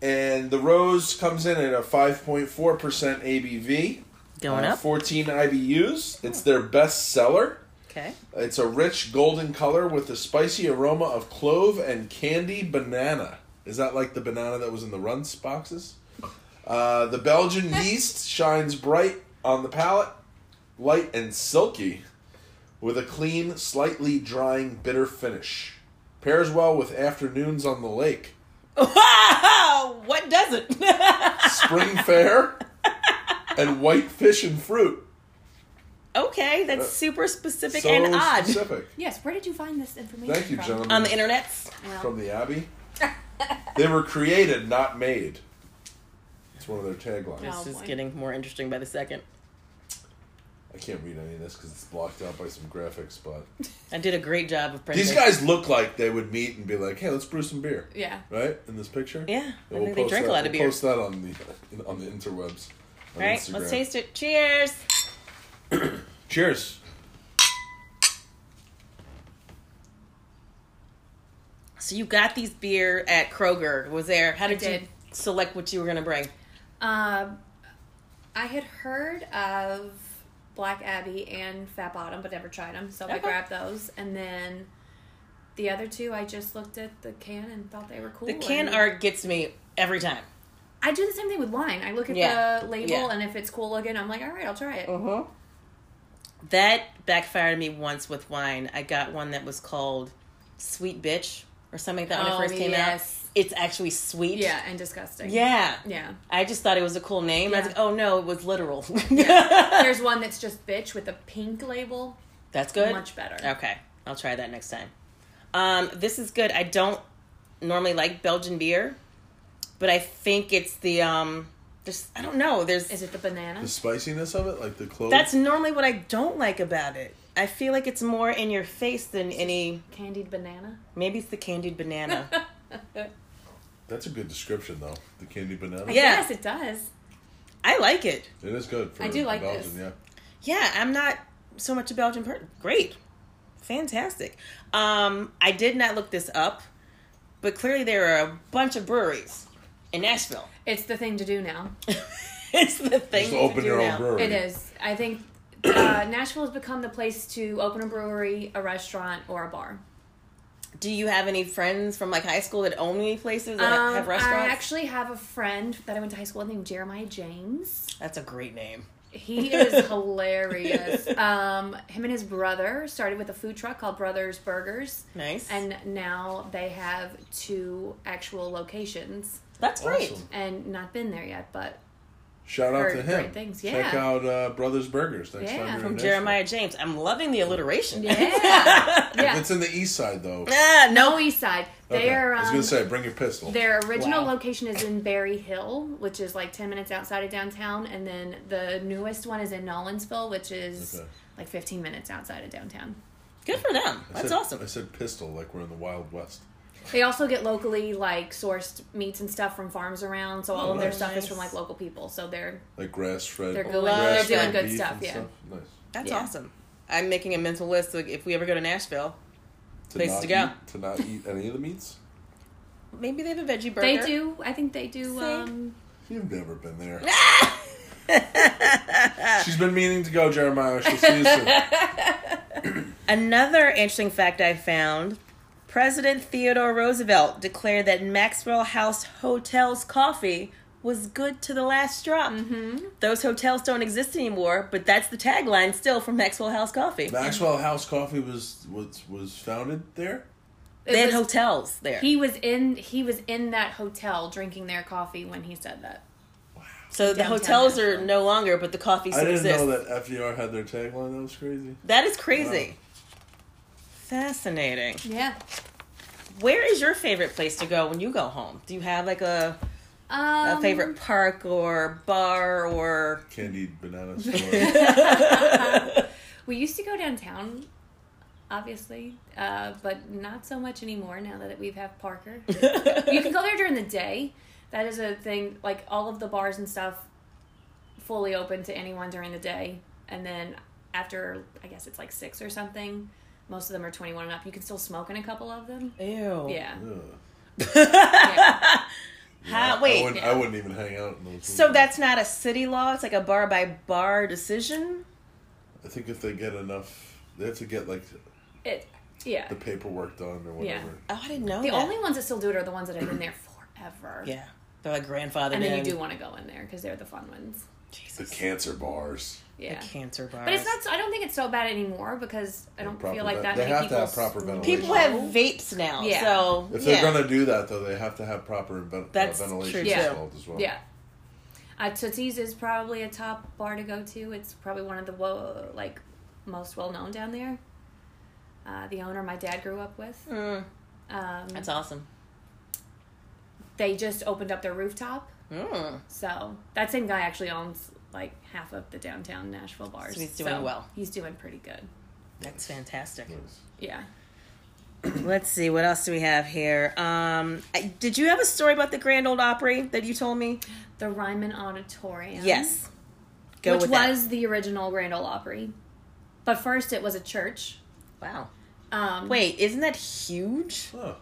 [SPEAKER 2] and the rose comes in at a 5.4% ABV,
[SPEAKER 1] Going
[SPEAKER 2] uh,
[SPEAKER 1] up.
[SPEAKER 2] 14 IBUs. It's their best seller.
[SPEAKER 1] Okay.
[SPEAKER 2] It's a rich golden color with the spicy aroma of clove and candy banana. Is that like the banana that was in the Runts boxes? Uh, the Belgian yeast shines bright on the palate, light and silky, with a clean, slightly drying, bitter finish. Pairs well with afternoons on the lake,
[SPEAKER 1] what doesn't?
[SPEAKER 2] spring fair, and white fish and fruit.
[SPEAKER 1] okay, that's super specific
[SPEAKER 2] Uh, so
[SPEAKER 1] and odd.
[SPEAKER 2] specific.
[SPEAKER 3] yes, where did you find this information?
[SPEAKER 2] Thank you,
[SPEAKER 3] from?
[SPEAKER 2] gentlemen.
[SPEAKER 1] On the internet.
[SPEAKER 3] Well,
[SPEAKER 2] from the Abbey. they were created, not made. It's one of their taglines.
[SPEAKER 3] No.
[SPEAKER 1] This is
[SPEAKER 3] Oh, boy.
[SPEAKER 1] getting more interesting by the second.
[SPEAKER 2] I can't read any of this because it's blocked out by some graphics, but
[SPEAKER 1] I did a great job of printing.
[SPEAKER 2] these guys look like they would meet and be like, "Hey, let's brew some beer."
[SPEAKER 3] yeah.
[SPEAKER 2] Right in this picture.
[SPEAKER 1] Yeah, I
[SPEAKER 2] And
[SPEAKER 1] think they
[SPEAKER 2] post
[SPEAKER 1] drink a
[SPEAKER 2] that-
[SPEAKER 1] lot of
[SPEAKER 2] we'll
[SPEAKER 1] beer.
[SPEAKER 2] Post that on the on the interwebs. on
[SPEAKER 1] All right,
[SPEAKER 2] Instagram.
[SPEAKER 1] let's taste it. Cheers.
[SPEAKER 2] Cheers.
[SPEAKER 1] So you got these beer at Kroger. Was there? How did, you
[SPEAKER 3] did.
[SPEAKER 1] select what you were gonna bring?
[SPEAKER 3] Um, I had heard of Black Abbey and Fat Bottom, but never tried them, so I
[SPEAKER 1] Okay.
[SPEAKER 3] grabbed those. And then the other two, I just looked at the can and thought they were cool.
[SPEAKER 1] The can
[SPEAKER 3] and-
[SPEAKER 1] art gets me every time.
[SPEAKER 3] I do the same thing with wine. I look at
[SPEAKER 1] Yeah.
[SPEAKER 3] the label,
[SPEAKER 1] Yeah.
[SPEAKER 3] and if it's cool looking, I'm like, all right, I'll try it.
[SPEAKER 1] Uh-huh. That backfired me once with wine. I got one that was called Sweet Bitch or something like that when it
[SPEAKER 3] Oh,
[SPEAKER 1] first came
[SPEAKER 3] yes.
[SPEAKER 1] out. It's actually sweet.
[SPEAKER 3] Yeah, and disgusting.
[SPEAKER 1] Yeah.
[SPEAKER 3] Yeah.
[SPEAKER 1] I just thought it was a cool name. I was
[SPEAKER 3] Yeah.
[SPEAKER 1] like, oh no, it was literal.
[SPEAKER 3] There's one that's just bitch with a pink label.
[SPEAKER 1] That's good.
[SPEAKER 3] Much better.
[SPEAKER 1] Okay, I'll try that next time. Um, this is good. I don't normally like Belgian beer, but I think it's the um. There's I don't know. There's
[SPEAKER 3] Is it the banana?
[SPEAKER 2] The spiciness of it, like the clove.
[SPEAKER 1] that's normally what I don't like about it. I feel like it's more in your face than any.
[SPEAKER 3] Candied banana?
[SPEAKER 1] Maybe it's the candied banana.
[SPEAKER 2] That's a good description, though. The candy banana.
[SPEAKER 1] Yeah.
[SPEAKER 3] Yes, it does.
[SPEAKER 1] I like it.
[SPEAKER 2] It is good. For
[SPEAKER 3] I
[SPEAKER 2] a
[SPEAKER 3] do like
[SPEAKER 2] Belgian,
[SPEAKER 3] this.
[SPEAKER 2] Yeah.
[SPEAKER 1] Yeah, I'm not so much a Belgian person. Great. Fantastic. Um, I did not look this up, but clearly there are a bunch of breweries in Nashville.
[SPEAKER 3] It's the thing to do now.
[SPEAKER 1] it's the thing.
[SPEAKER 2] Just
[SPEAKER 1] to
[SPEAKER 2] open
[SPEAKER 1] do
[SPEAKER 2] your
[SPEAKER 1] now.
[SPEAKER 2] own brewery.
[SPEAKER 3] It is. I think uh, Nashville has become the place to open a brewery, a restaurant, or a bar.
[SPEAKER 1] Do you have any friends from like high school that own any places that
[SPEAKER 3] Um,
[SPEAKER 1] have
[SPEAKER 3] I
[SPEAKER 1] restaurants?
[SPEAKER 3] actually have a friend that I went to high school with named Jeremiah James.
[SPEAKER 1] That's a great name.
[SPEAKER 3] He is hilarious. Um, him and his brother started with a food truck called Brothers Burgers,
[SPEAKER 1] Nice.
[SPEAKER 3] and now they have two actual locations.
[SPEAKER 1] that's great.
[SPEAKER 2] Awesome.
[SPEAKER 3] And not been there yet, but
[SPEAKER 2] Shout out
[SPEAKER 3] Heard
[SPEAKER 2] to him.
[SPEAKER 3] great things,
[SPEAKER 2] Check
[SPEAKER 3] yeah.
[SPEAKER 2] out uh, Brothers Burgers next
[SPEAKER 3] Yeah.
[SPEAKER 2] time. you're in
[SPEAKER 1] From
[SPEAKER 2] Nashville.
[SPEAKER 1] Jeremiah James. I'm loving the alliteration.
[SPEAKER 3] yeah,
[SPEAKER 2] If
[SPEAKER 3] yeah.
[SPEAKER 2] it's in the east side, though.
[SPEAKER 1] Ah, no.
[SPEAKER 3] No East Side.
[SPEAKER 2] Okay.
[SPEAKER 3] They are. Um,
[SPEAKER 2] I was gonna say, bring your pistol.
[SPEAKER 3] Their original
[SPEAKER 1] Wow.
[SPEAKER 3] location is in Berry Hill, which is like 10 minutes outside of downtown. And then the newest one is in Nolensville, which is
[SPEAKER 2] Okay.
[SPEAKER 3] like 15 minutes outside of downtown.
[SPEAKER 1] Good for them.
[SPEAKER 2] I
[SPEAKER 1] That's
[SPEAKER 2] said-
[SPEAKER 1] awesome.
[SPEAKER 2] I said pistol, like we're in the Wild West.
[SPEAKER 3] They also get locally like sourced meats and stuff from farms around. So all of their
[SPEAKER 2] nice.
[SPEAKER 3] stuff is from like local people. So they're,
[SPEAKER 2] Like grass fed.
[SPEAKER 3] They're good-
[SPEAKER 2] grass-fed
[SPEAKER 1] they're doing
[SPEAKER 3] good
[SPEAKER 2] beef
[SPEAKER 3] stuff,
[SPEAKER 2] and
[SPEAKER 3] yeah.
[SPEAKER 2] Nice.
[SPEAKER 1] That's
[SPEAKER 3] Yeah.
[SPEAKER 1] awesome. I'm making a mental list. Like if we ever go to Nashville,
[SPEAKER 2] To
[SPEAKER 1] Places
[SPEAKER 2] not
[SPEAKER 1] to go.
[SPEAKER 2] Eat, to not eat any of the meats.
[SPEAKER 1] maybe they have a veggie burger.
[SPEAKER 3] they do, I think they do.
[SPEAKER 1] See?
[SPEAKER 3] Um,
[SPEAKER 2] You've never been there. She's been meaning to go, Jeremiah. She'll see you soon.
[SPEAKER 1] Another interesting fact I found President Theodore Roosevelt declared that Maxwell House Hotel's coffee was good to the last drop.
[SPEAKER 3] Mm-hmm.
[SPEAKER 1] Those hotels don't exist anymore, but that's the tagline still for Maxwell House Coffee.
[SPEAKER 2] Maxwell House Coffee was was was founded there.
[SPEAKER 3] it
[SPEAKER 1] they had
[SPEAKER 3] was-
[SPEAKER 1] hotels there.
[SPEAKER 3] he was in he was in that hotel drinking their coffee when he said that.
[SPEAKER 1] so the
[SPEAKER 3] Downtown
[SPEAKER 1] hotels are
[SPEAKER 3] Nashville.
[SPEAKER 1] no longer, but the coffee
[SPEAKER 2] I
[SPEAKER 1] still
[SPEAKER 2] didn't
[SPEAKER 1] exists.
[SPEAKER 2] know that FDR had their tagline. That was crazy.
[SPEAKER 1] that is crazy. Fascinating.
[SPEAKER 3] Yeah.
[SPEAKER 1] Where is your favorite place to go when you go home? Do you have like a
[SPEAKER 3] Um,
[SPEAKER 1] A favorite park or bar or
[SPEAKER 2] Candied banana store.
[SPEAKER 3] uh-huh. We used to go downtown, obviously, uh, but not so much anymore now that we have Parker. you can go there during the day. That is a thing. Like all of the bars and stuff, fully open to anyone during the day, and then after I guess it's like six or something. Most of them are twenty one and up. You can still smoke in a couple of them.
[SPEAKER 1] ew.
[SPEAKER 3] Yeah.
[SPEAKER 2] Ugh.
[SPEAKER 3] yeah.
[SPEAKER 1] How,
[SPEAKER 2] I
[SPEAKER 1] wait.
[SPEAKER 2] wouldn't, I wouldn't even hang out in those.
[SPEAKER 1] So
[SPEAKER 2] places.
[SPEAKER 1] that's not a city law. It's like a bar by bar decision.
[SPEAKER 2] I think if they get enough, they have to get like
[SPEAKER 3] It. Yeah.
[SPEAKER 2] the paperwork done or whatever.
[SPEAKER 1] Oh, I didn't know
[SPEAKER 3] The
[SPEAKER 1] that.
[SPEAKER 3] only ones that still do it are the ones that have been there forever.
[SPEAKER 1] yeah, they're like grandfathered
[SPEAKER 3] And then you
[SPEAKER 1] in.
[SPEAKER 3] do want to go in there because they're the fun ones.
[SPEAKER 2] The
[SPEAKER 1] Jesus,
[SPEAKER 2] cancer bars.
[SPEAKER 1] the
[SPEAKER 3] Yeah.
[SPEAKER 1] cancer bars.
[SPEAKER 3] But it's not. I don't think it's so bad anymore because I don't
[SPEAKER 2] Proper
[SPEAKER 3] feel like
[SPEAKER 2] ven-
[SPEAKER 3] that.
[SPEAKER 2] They
[SPEAKER 3] many
[SPEAKER 2] have to
[SPEAKER 3] people
[SPEAKER 2] have proper ventilation.
[SPEAKER 1] People have vapes now,
[SPEAKER 3] Yeah.
[SPEAKER 1] so
[SPEAKER 2] If they're
[SPEAKER 1] yeah.
[SPEAKER 2] gonna do that though, they have to have proper ven-
[SPEAKER 1] That's
[SPEAKER 2] uh, ventilation
[SPEAKER 1] true,
[SPEAKER 3] Yeah.
[SPEAKER 2] installed as well.
[SPEAKER 3] Yeah. Uh, Tootsie's is probably a top bar to go to. It's probably one of the wo- like most well known down there. Uh, the owner my dad grew up with.
[SPEAKER 1] Mm,
[SPEAKER 3] Um,
[SPEAKER 1] that's awesome.
[SPEAKER 3] they just opened up their rooftop,
[SPEAKER 1] Mm.
[SPEAKER 3] so that same guy actually owns like half of the downtown Nashville bars.
[SPEAKER 1] So he's doing well.
[SPEAKER 3] He's doing pretty good.
[SPEAKER 1] That's fantastic.
[SPEAKER 2] Nice.
[SPEAKER 3] Yeah.
[SPEAKER 1] Let's see what else do we have here. Um, I- did you have a story about the Grand Old Opry that you told me?
[SPEAKER 3] The Ryman Auditorium.
[SPEAKER 1] Yes. Go
[SPEAKER 3] which
[SPEAKER 1] with that.
[SPEAKER 3] was the original Grand Ole Opry. But first, it was a church.
[SPEAKER 1] Wow.
[SPEAKER 3] Um,
[SPEAKER 1] Wait, isn't that huge?
[SPEAKER 2] Huh.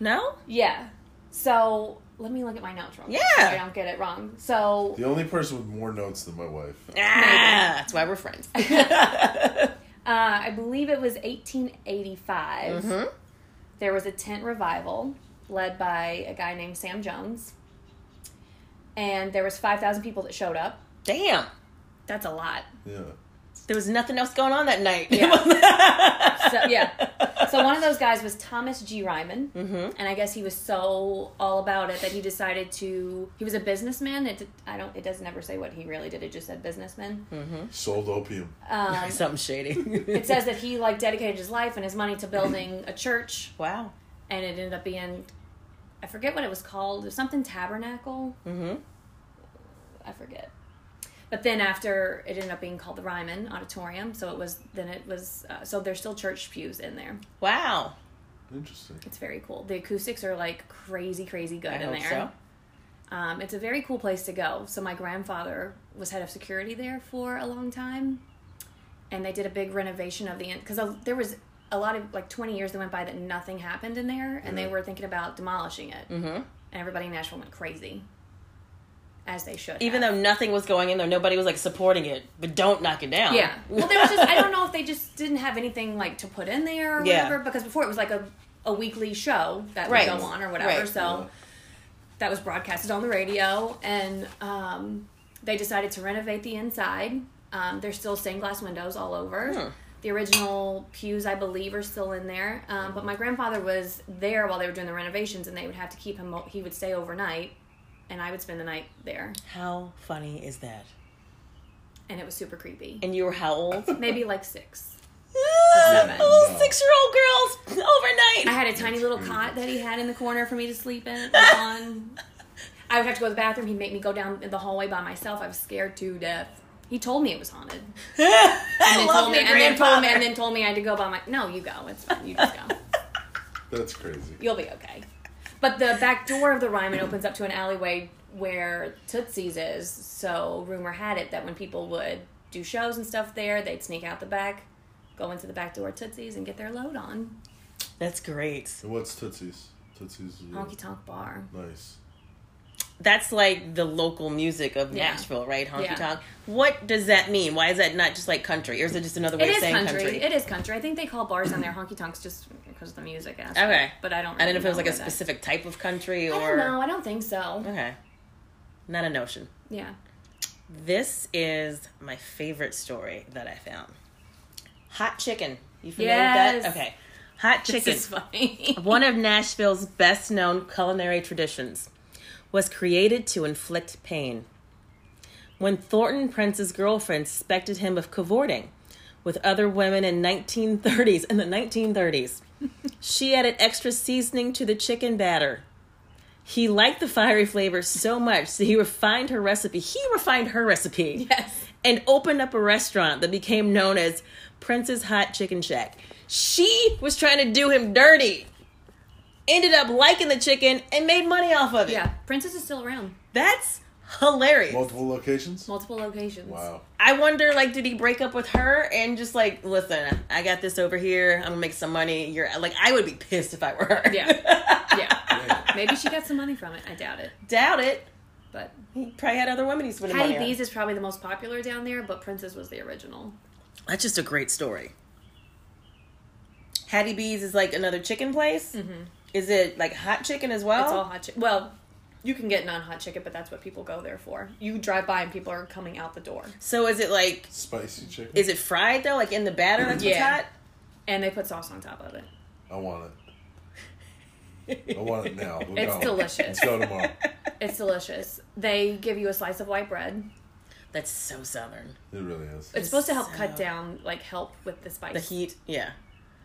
[SPEAKER 1] No.
[SPEAKER 3] yeah. So let me look at my notes real quick so
[SPEAKER 1] Yeah.
[SPEAKER 3] I don't get it wrong. So
[SPEAKER 2] The only person with more notes than my wife.
[SPEAKER 1] Ah, that's why we're friends.
[SPEAKER 3] uh, I believe it was 1885.
[SPEAKER 1] Mhm.
[SPEAKER 3] There was a tent revival led by a guy named Sam Jones, and there was 5,000 people that showed up.
[SPEAKER 1] Damn.
[SPEAKER 3] That's a lot.
[SPEAKER 2] Yeah.
[SPEAKER 1] There was nothing else going on that night.
[SPEAKER 3] So, yeah. So one of those guys was Thomas G. Ryman,
[SPEAKER 1] Mm-hmm.
[SPEAKER 3] and I guess he was so all about it that he decided to. He was a businessman. It I don't. It doesn't ever say what he really did. It just said businessman.
[SPEAKER 1] Hmm.
[SPEAKER 2] Sold opium.
[SPEAKER 3] Um,
[SPEAKER 1] Something shady.
[SPEAKER 3] it says that he like dedicated his life and his money to building a church,
[SPEAKER 1] wow.
[SPEAKER 3] and it ended up being, I forget what it was called. It was something Tabernacle.
[SPEAKER 1] Mm-hmm.
[SPEAKER 3] I forget. But then after it ended up being called the Ryman Auditorium, so it was then it was uh, so there's still church pews in there.
[SPEAKER 1] Wow.
[SPEAKER 2] Interesting.
[SPEAKER 3] It's very cool. The acoustics are like crazy, crazy good
[SPEAKER 1] I
[SPEAKER 3] in
[SPEAKER 1] hope
[SPEAKER 3] there. Um, it's a very cool place to go. So my grandfather was head of security there for a long time, and they did a big renovation of the end because there was a lot of like 20 years that went by that nothing happened in there, and they
[SPEAKER 2] Yeah.
[SPEAKER 3] were thinking about demolishing it,
[SPEAKER 1] so. hmm
[SPEAKER 3] and everybody in Nashville went crazy, as they should.
[SPEAKER 1] Even
[SPEAKER 3] have.
[SPEAKER 1] though nothing was going in there, nobody was like supporting it. But don't knock it down.
[SPEAKER 3] yeah, well, there was just I don't know if they just didn't have anything like to put in there or
[SPEAKER 1] Yeah.
[SPEAKER 3] whatever because before it was like a a weekly show that
[SPEAKER 1] Right.
[SPEAKER 3] would go on or whatever,
[SPEAKER 1] Right.
[SPEAKER 3] so. that was broadcasted on the radio, and um, they decided to renovate the inside. Um, there's still stained glass windows all over.
[SPEAKER 1] Hmm.
[SPEAKER 3] The original pews, I believe, are still in there. Um, but my grandfather was there while they were doing the renovations, and they would have to keep him. He would stay overnight, and I would spend the night there,
[SPEAKER 1] How funny is that?
[SPEAKER 3] and it was super creepy.
[SPEAKER 1] And you were how old?
[SPEAKER 3] Maybe like six.
[SPEAKER 1] Ah,
[SPEAKER 3] Seven.
[SPEAKER 1] little six-year-old girls
[SPEAKER 3] I
[SPEAKER 1] overnight.
[SPEAKER 3] had a tiny little cot that he had in the corner for me to sleep in. On, I would have to go to the bathroom. He'd make me go down the hallway by myself. I was scared to death. He told me it was haunted.
[SPEAKER 1] I
[SPEAKER 3] and then told
[SPEAKER 1] love
[SPEAKER 3] me,
[SPEAKER 1] your
[SPEAKER 3] and then told me,
[SPEAKER 1] grandfather.
[SPEAKER 3] and then told me I had to go by my. No, you go. It's fine. You just go.
[SPEAKER 2] That's crazy.
[SPEAKER 3] You'll be okay. But the back door of the Ryman opens up to an alleyway where Tootsie's is. So rumor had it that when people would do shows and stuff there, they'd sneak out the back, go into the back door of Tootsie's, and get their load on
[SPEAKER 1] That's great.
[SPEAKER 2] And what's Tootsie's? Tootsie's.
[SPEAKER 1] Mm.
[SPEAKER 2] Is
[SPEAKER 3] honky tonk bar.
[SPEAKER 2] Nice.
[SPEAKER 1] That's like the local music of
[SPEAKER 3] Yeah.
[SPEAKER 1] Nashville, right? Honky
[SPEAKER 3] Yeah.
[SPEAKER 1] tonk. What does that mean? Why is that not just like country, or is it just another way
[SPEAKER 3] It
[SPEAKER 1] of
[SPEAKER 3] is
[SPEAKER 1] saying
[SPEAKER 3] country.
[SPEAKER 1] country?
[SPEAKER 3] It is country. I think they call bars on their honky tonks just because of the music aspect.
[SPEAKER 1] Okay.
[SPEAKER 3] But I don't.
[SPEAKER 1] I don't know if it was
[SPEAKER 3] really
[SPEAKER 1] like a
[SPEAKER 3] where that-
[SPEAKER 1] specific type of country
[SPEAKER 3] I
[SPEAKER 1] or
[SPEAKER 3] don't know. I don't think so.
[SPEAKER 1] okay, not a notion.
[SPEAKER 3] Yeah.
[SPEAKER 1] This is my favorite story that I found. Hot chicken. You familiar with
[SPEAKER 3] Yes.
[SPEAKER 1] that? Okay. Hot chicken.
[SPEAKER 3] This is funny.
[SPEAKER 1] One of Nashville's best known culinary traditions was created to inflict pain. When Thornton Prince's girlfriend suspected him of cavorting with other women in 1930s in the 1930s, she added extra seasoning to the chicken batter. He liked the fiery flavor so much, so he refined her recipe. He refined her recipe
[SPEAKER 3] Yes.
[SPEAKER 1] and opened up a restaurant that became known as Prince's Hot Chicken Shack. She was trying to do him dirty. Ended up liking the chicken and made money off of it.
[SPEAKER 3] Yeah. Princess is still around.
[SPEAKER 1] That's hilarious.
[SPEAKER 2] Multiple locations.
[SPEAKER 3] Multiple locations.
[SPEAKER 2] Wow.
[SPEAKER 1] I wonder, like, did he break up with her and just like, listen, I got this over here. I'm gonna make some money. You're like, I would be pissed if I were her.
[SPEAKER 3] Yeah. Yeah.
[SPEAKER 2] Yeah.
[SPEAKER 3] Maybe she got some money from it. I doubt it.
[SPEAKER 1] Doubt it.
[SPEAKER 3] But
[SPEAKER 1] He probably had other women he's spending
[SPEAKER 3] Patty
[SPEAKER 1] money on.
[SPEAKER 3] B's is probably the most popular down there, but Princess was the original.
[SPEAKER 1] That's just a great story. Hattie B's is like another chicken place. Is it like hot chicken as well?
[SPEAKER 3] Mm-hmm. It's all hot chicken. Well, you can get non hot chicken, but that's what people go there for. You drive by and people are coming out the door.
[SPEAKER 1] so is it like
[SPEAKER 2] Spicy chicken.
[SPEAKER 1] is it fried though? Like in the batter that's what's
[SPEAKER 3] Yeah.
[SPEAKER 1] hot?
[SPEAKER 3] And they put sauce on top of it.
[SPEAKER 2] I want it. I want it now. We're
[SPEAKER 3] It's
[SPEAKER 2] going.
[SPEAKER 3] delicious.
[SPEAKER 2] Let's go tomorrow.
[SPEAKER 3] It's delicious. They give you a slice of white bread.
[SPEAKER 1] That's so southern.
[SPEAKER 2] It really is.
[SPEAKER 3] It's supposed to help
[SPEAKER 1] So-
[SPEAKER 3] cut down, like help with the spice.
[SPEAKER 1] The heat, yeah.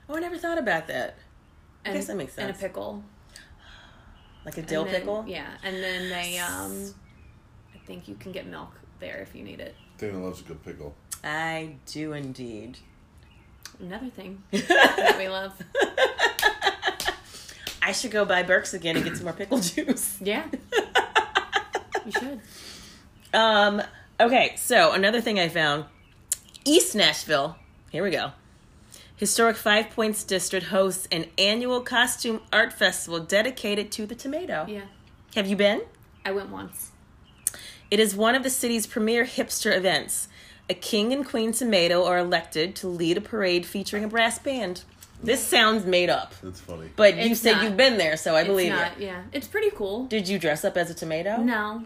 [SPEAKER 1] Oh, I never thought about that.
[SPEAKER 3] and,
[SPEAKER 1] guess that makes
[SPEAKER 3] And a
[SPEAKER 1] sense.
[SPEAKER 3] pickle.
[SPEAKER 1] Like a dill
[SPEAKER 3] And then-
[SPEAKER 1] pickle.
[SPEAKER 3] Yeah, and then they, um, I think you can get milk there if you need it.
[SPEAKER 2] Dana loves a good pickle.
[SPEAKER 1] I do indeed.
[SPEAKER 3] Another thing that we love.
[SPEAKER 1] I should go buy Burke's again and get some more pickle juice.
[SPEAKER 3] Yeah, you should.
[SPEAKER 1] Um, okay, so another thing I found East Nashville, here we go. Historic Five Points District hosts an annual costume art festival dedicated to the tomato.
[SPEAKER 3] Yeah,
[SPEAKER 1] Have you been?
[SPEAKER 3] I went once.
[SPEAKER 1] It is one of the city's premier hipster events. A king and queen tomato are elected to lead a parade featuring a brass band. This sounds made up,
[SPEAKER 2] That's funny.
[SPEAKER 1] but you
[SPEAKER 3] It's
[SPEAKER 1] said
[SPEAKER 3] not.
[SPEAKER 1] you've been there, so I believe
[SPEAKER 3] it's not.
[SPEAKER 1] you.
[SPEAKER 3] Yeah, it's pretty cool.
[SPEAKER 1] Did you dress up as a tomato?
[SPEAKER 3] No,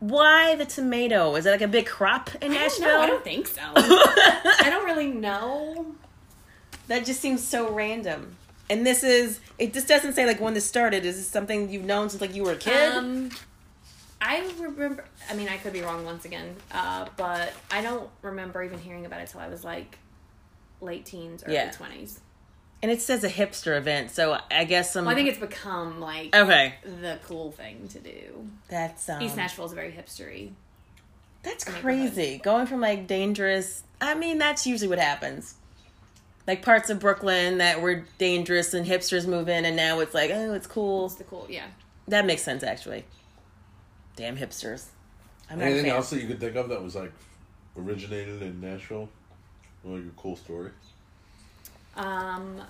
[SPEAKER 1] Why the tomato? Is it like a big crop in
[SPEAKER 3] I don't
[SPEAKER 1] Nashville?
[SPEAKER 3] know. I don't think so. I don't really know.
[SPEAKER 1] That just seems so random. And this is it just doesn't say like when this started. Is this something you've known since like you were a kid?
[SPEAKER 3] Um, I remember. I mean, I could be wrong once again, uh, but I don't remember even hearing about it till I was like late teens, early
[SPEAKER 1] Yeah.
[SPEAKER 3] twenties.
[SPEAKER 1] and it says a hipster event, so I guess some
[SPEAKER 3] Well, I think it's become like
[SPEAKER 1] Okay.
[SPEAKER 3] the cool thing to do.
[SPEAKER 1] That's um,
[SPEAKER 3] East Nashville is very hipstery.
[SPEAKER 1] That's
[SPEAKER 3] neighborhood.
[SPEAKER 1] crazy. Going from like dangerous I mean, that's usually what happens. Like parts of Brooklyn that were dangerous and hipsters move in and now it's like, oh, it's cool.
[SPEAKER 3] It's the cool, yeah.
[SPEAKER 1] That makes sense actually. Damn hipsters. I'm not a
[SPEAKER 2] Anything
[SPEAKER 1] fan.
[SPEAKER 2] else that you could think of that was like originated in Nashville? Or, Like a cool story.
[SPEAKER 3] Um,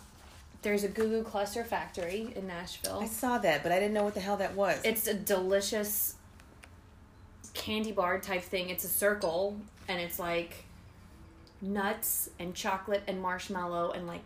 [SPEAKER 3] there's a Goo Goo Cluster Factory in Nashville.
[SPEAKER 1] I saw that, but I didn't know what the hell that was.
[SPEAKER 3] It's a delicious candy bar type thing. It's a circle, and it's like nuts and chocolate and marshmallow and like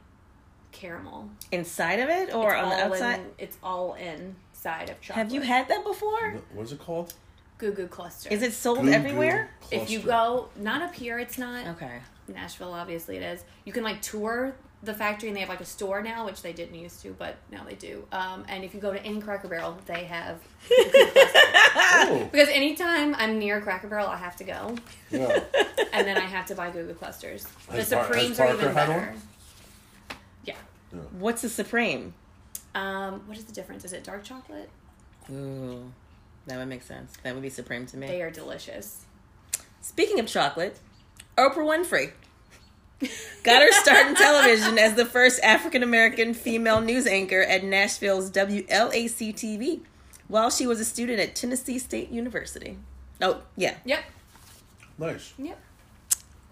[SPEAKER 3] caramel.
[SPEAKER 1] inside of it or
[SPEAKER 3] it's
[SPEAKER 1] on the
[SPEAKER 3] all
[SPEAKER 1] outside?
[SPEAKER 3] In, it's all inside of chocolate.
[SPEAKER 1] Have you had that before?
[SPEAKER 2] What- What's it called?
[SPEAKER 3] Goo Goo Cluster?
[SPEAKER 1] Is it sold
[SPEAKER 2] Goo Goo
[SPEAKER 1] everywhere?
[SPEAKER 3] If you
[SPEAKER 2] Cluster.
[SPEAKER 3] go, not up here, it's not.
[SPEAKER 1] Okay.
[SPEAKER 3] Nashville, obviously it is. You can like tour the factory, and they have like a store now, which they didn't used to, but now they do. Um, and if you go to any Cracker Barrel, they have
[SPEAKER 2] Oh,
[SPEAKER 3] because anytime I'm near Cracker Barrel, I have to go,
[SPEAKER 2] yeah.
[SPEAKER 3] and then I have to buy Google clusters. The
[SPEAKER 2] Has Par- has
[SPEAKER 3] Supremes are
[SPEAKER 2] Parker
[SPEAKER 3] even
[SPEAKER 2] had
[SPEAKER 3] better.
[SPEAKER 2] one?
[SPEAKER 3] Yeah.
[SPEAKER 1] What's the Supreme?
[SPEAKER 3] Um, what is the difference? Is it dark chocolate?
[SPEAKER 1] Ooh, that would make sense. That would be Supreme to me.
[SPEAKER 3] They are delicious.
[SPEAKER 1] Speaking of chocolate, Oprah Winfrey got her start in television as the first African American female news anchor at Nashville's WLAC TV while she was a student at Tennessee State University. Oh, yeah.
[SPEAKER 3] Yep.
[SPEAKER 2] Nice.
[SPEAKER 3] Yep.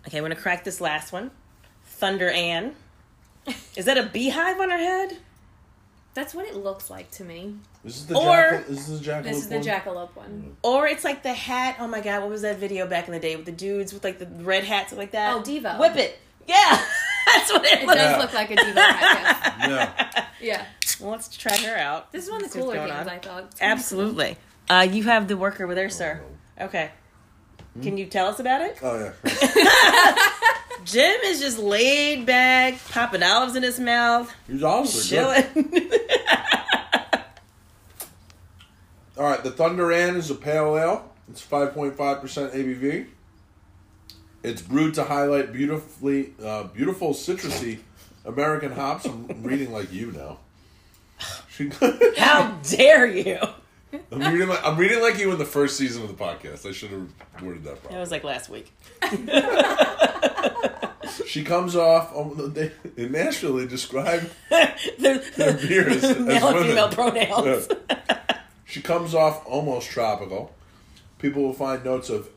[SPEAKER 1] Okay, I'm going to crack this last one. Thunder Ann. Is that a beehive on her head?
[SPEAKER 3] That's what it looks like to me.
[SPEAKER 2] This is the
[SPEAKER 1] Or-
[SPEAKER 2] jackal. This is the jackal.
[SPEAKER 3] This is the
[SPEAKER 2] one?
[SPEAKER 3] jackalope one.
[SPEAKER 1] Or it's like the hat. Oh my god, what was that video back in the day with the dudes with like the red hats like that?
[SPEAKER 3] Oh, Devo.
[SPEAKER 1] Whip it. Yeah. That's what it
[SPEAKER 3] It
[SPEAKER 1] looks
[SPEAKER 3] does
[SPEAKER 2] Yeah.
[SPEAKER 3] look like a diva podcast.
[SPEAKER 2] Yeah.
[SPEAKER 3] Yeah.
[SPEAKER 1] Well, let's try her out.
[SPEAKER 3] This is one of the
[SPEAKER 1] See what's
[SPEAKER 3] cooler
[SPEAKER 1] going on.
[SPEAKER 3] games, I thought.
[SPEAKER 1] Absolutely. Uh, you have the work over there, sir. Okay.
[SPEAKER 2] Hmm?
[SPEAKER 1] Can you tell us about it?
[SPEAKER 2] Oh yeah.
[SPEAKER 1] Jim is just laid back, popping olives in his mouth,
[SPEAKER 2] These olives are good.
[SPEAKER 1] chilling.
[SPEAKER 2] All right. The Thunder Ann is a pale ale. It's five point five percent ABV. It's brewed to highlight beautifully, uh, beautiful citrusy American hops. I'm reading like you now. She,
[SPEAKER 1] How dare you?
[SPEAKER 2] I'm reading like I'm reading like you in the first season of the podcast. I should have worded that
[SPEAKER 1] That
[SPEAKER 2] properly.
[SPEAKER 1] was like last week.
[SPEAKER 2] She comes off um, they, in Nashville. They describe
[SPEAKER 1] They're,
[SPEAKER 2] beer is- is
[SPEAKER 1] male and
[SPEAKER 2] women.
[SPEAKER 1] female pronouns.
[SPEAKER 2] she comes off almost tropical. People will find notes of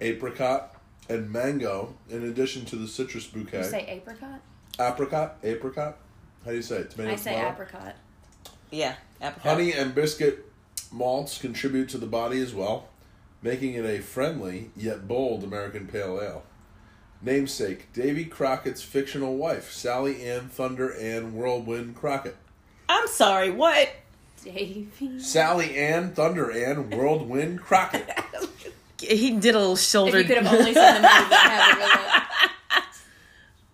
[SPEAKER 2] apricot and mango in addition to the citrus bouquet.
[SPEAKER 3] You say apricot?
[SPEAKER 2] apricot, apricot. How do you say it? Tomato.
[SPEAKER 3] I say
[SPEAKER 2] tomato?
[SPEAKER 3] apricot.
[SPEAKER 1] Yeah, apricot.
[SPEAKER 2] Honey and biscuit malts contribute to the body as well, making it a friendly yet bold American pale ale. Namesake Davy Crockett's fictional wife, Sally Ann Thunder Ann Whirlwind Crockett.
[SPEAKER 1] I'm sorry. What?
[SPEAKER 3] Davy.
[SPEAKER 2] Sally Ann Thunder Ann Whirlwind Crockett.
[SPEAKER 1] He did a little
[SPEAKER 3] If
[SPEAKER 1] shoulder.
[SPEAKER 3] you could have only seen the movie, that have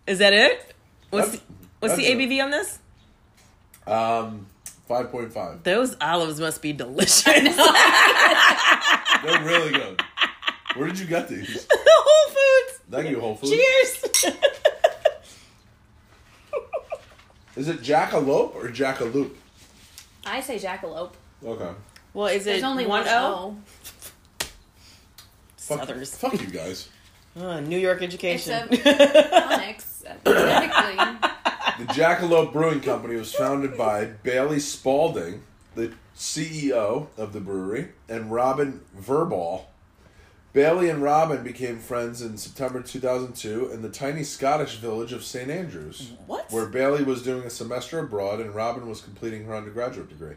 [SPEAKER 1] Is that it? What's
[SPEAKER 2] That's-
[SPEAKER 1] what's the
[SPEAKER 2] that's it.
[SPEAKER 1] ABV on this?
[SPEAKER 2] Um, five point five.
[SPEAKER 1] Those olives must be delicious.
[SPEAKER 2] They're really good. Where did you get these?
[SPEAKER 1] Whole Foods.
[SPEAKER 2] Thank you, Whole Foods.
[SPEAKER 1] Cheers.
[SPEAKER 2] Is it jackalope or jackalope?
[SPEAKER 3] I say jackalope.
[SPEAKER 2] Okay.
[SPEAKER 1] well, is
[SPEAKER 3] There's
[SPEAKER 1] it
[SPEAKER 3] only one O.
[SPEAKER 2] Fuck,
[SPEAKER 1] Southers.
[SPEAKER 2] fuck you guys.
[SPEAKER 1] Uh, New York education.
[SPEAKER 3] Onyx, specifically.
[SPEAKER 2] The Jackalope Brewing Company was founded by Bailey Spalding, the CEO of the brewery, and Robin Verbal. Bailey and Robin became friends in September 2002 in the tiny Scottish village of St. Andrews,
[SPEAKER 1] what?
[SPEAKER 2] where Bailey was doing a semester abroad and Robin was completing her undergraduate degree.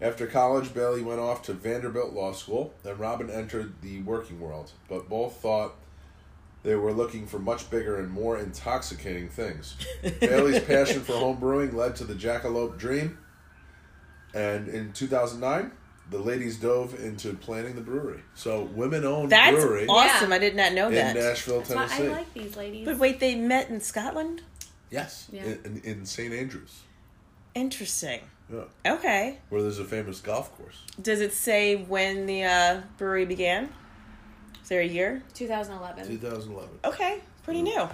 [SPEAKER 2] After college, Bailey went off to Vanderbilt Law School, and Robin entered the working world, but both thought they were looking for much bigger and more intoxicating things. Bailey's passion for home brewing led to the Jackalope dream, and in 2009, the ladies dove into planning the brewery. So, women owned
[SPEAKER 1] That's
[SPEAKER 2] brewery
[SPEAKER 1] awesome.
[SPEAKER 3] Yeah.
[SPEAKER 1] I did not know
[SPEAKER 2] in
[SPEAKER 1] that.
[SPEAKER 2] Nashville,
[SPEAKER 3] But I
[SPEAKER 2] Tennessee.
[SPEAKER 3] like these ladies.
[SPEAKER 1] But wait, they met in Scotland?
[SPEAKER 2] yes,
[SPEAKER 3] Yeah.
[SPEAKER 2] in, in, in St. Andrews,
[SPEAKER 1] Interesting.
[SPEAKER 2] yeah,
[SPEAKER 1] Okay.
[SPEAKER 2] where there's a famous golf course.
[SPEAKER 1] Does it say when the uh, brewery began? Is there a year?
[SPEAKER 3] 2011.
[SPEAKER 2] 2011.
[SPEAKER 1] Okay. Pretty
[SPEAKER 2] Mm.
[SPEAKER 1] new.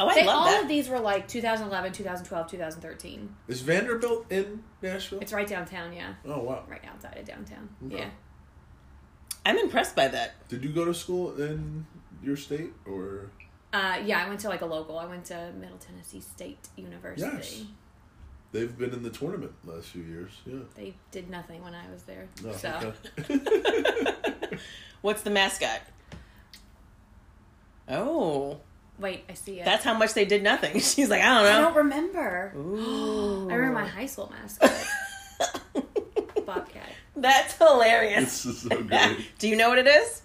[SPEAKER 1] Oh, I
[SPEAKER 3] They, all
[SPEAKER 1] love that.
[SPEAKER 3] of these were like 2011, 2012, 2013.
[SPEAKER 2] Is Vanderbilt in Nashville?
[SPEAKER 3] It's right downtown, yeah.
[SPEAKER 2] oh wow!
[SPEAKER 3] Right outside of downtown.
[SPEAKER 2] Okay.
[SPEAKER 3] Yeah.
[SPEAKER 1] I'm impressed by that.
[SPEAKER 2] Did you go to school in your state or?
[SPEAKER 3] Uh, yeah, I went to like a local. I went to Middle Tennessee State University.
[SPEAKER 2] Yes. They've been in the tournament last few years. Yeah.
[SPEAKER 3] They did nothing when I was there.
[SPEAKER 2] No,
[SPEAKER 3] so
[SPEAKER 2] okay.
[SPEAKER 1] What's the mascot? Oh,
[SPEAKER 3] wait, I see it.
[SPEAKER 1] that's how much they did nothing. She's like, I don't
[SPEAKER 3] I
[SPEAKER 1] know.
[SPEAKER 3] don't remember.
[SPEAKER 1] Ooh.
[SPEAKER 3] I remember my high school mascot, Bobcat.
[SPEAKER 1] That's hilarious.
[SPEAKER 2] this is so great.
[SPEAKER 1] Do you know what it is?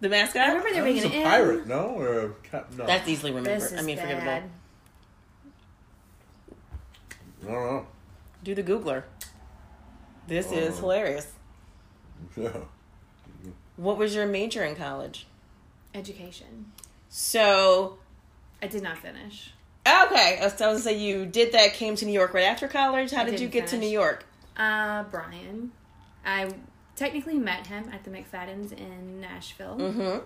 [SPEAKER 1] The mascot?
[SPEAKER 3] I remember there being
[SPEAKER 2] He's
[SPEAKER 3] an
[SPEAKER 2] a
[SPEAKER 3] M.
[SPEAKER 2] pirate, no, or a cap? No,
[SPEAKER 1] That's easily remembered.
[SPEAKER 3] This is
[SPEAKER 1] I mean,
[SPEAKER 3] bad.
[SPEAKER 1] forgettable.
[SPEAKER 2] I don't know.
[SPEAKER 1] Do the Googler. This is
[SPEAKER 2] Oh.
[SPEAKER 1] hilarious.
[SPEAKER 2] Yeah.
[SPEAKER 1] What was your major in college?
[SPEAKER 3] Education.
[SPEAKER 1] So,
[SPEAKER 3] I did not finish.
[SPEAKER 1] okay. I was going to say you did that, came to New York right after college. How
[SPEAKER 3] I
[SPEAKER 1] did you
[SPEAKER 3] didn't
[SPEAKER 1] get to
[SPEAKER 3] finish.
[SPEAKER 1] New York?
[SPEAKER 3] Uh, Brian. I technically met him at the McFadden's in Nashville.
[SPEAKER 1] hmm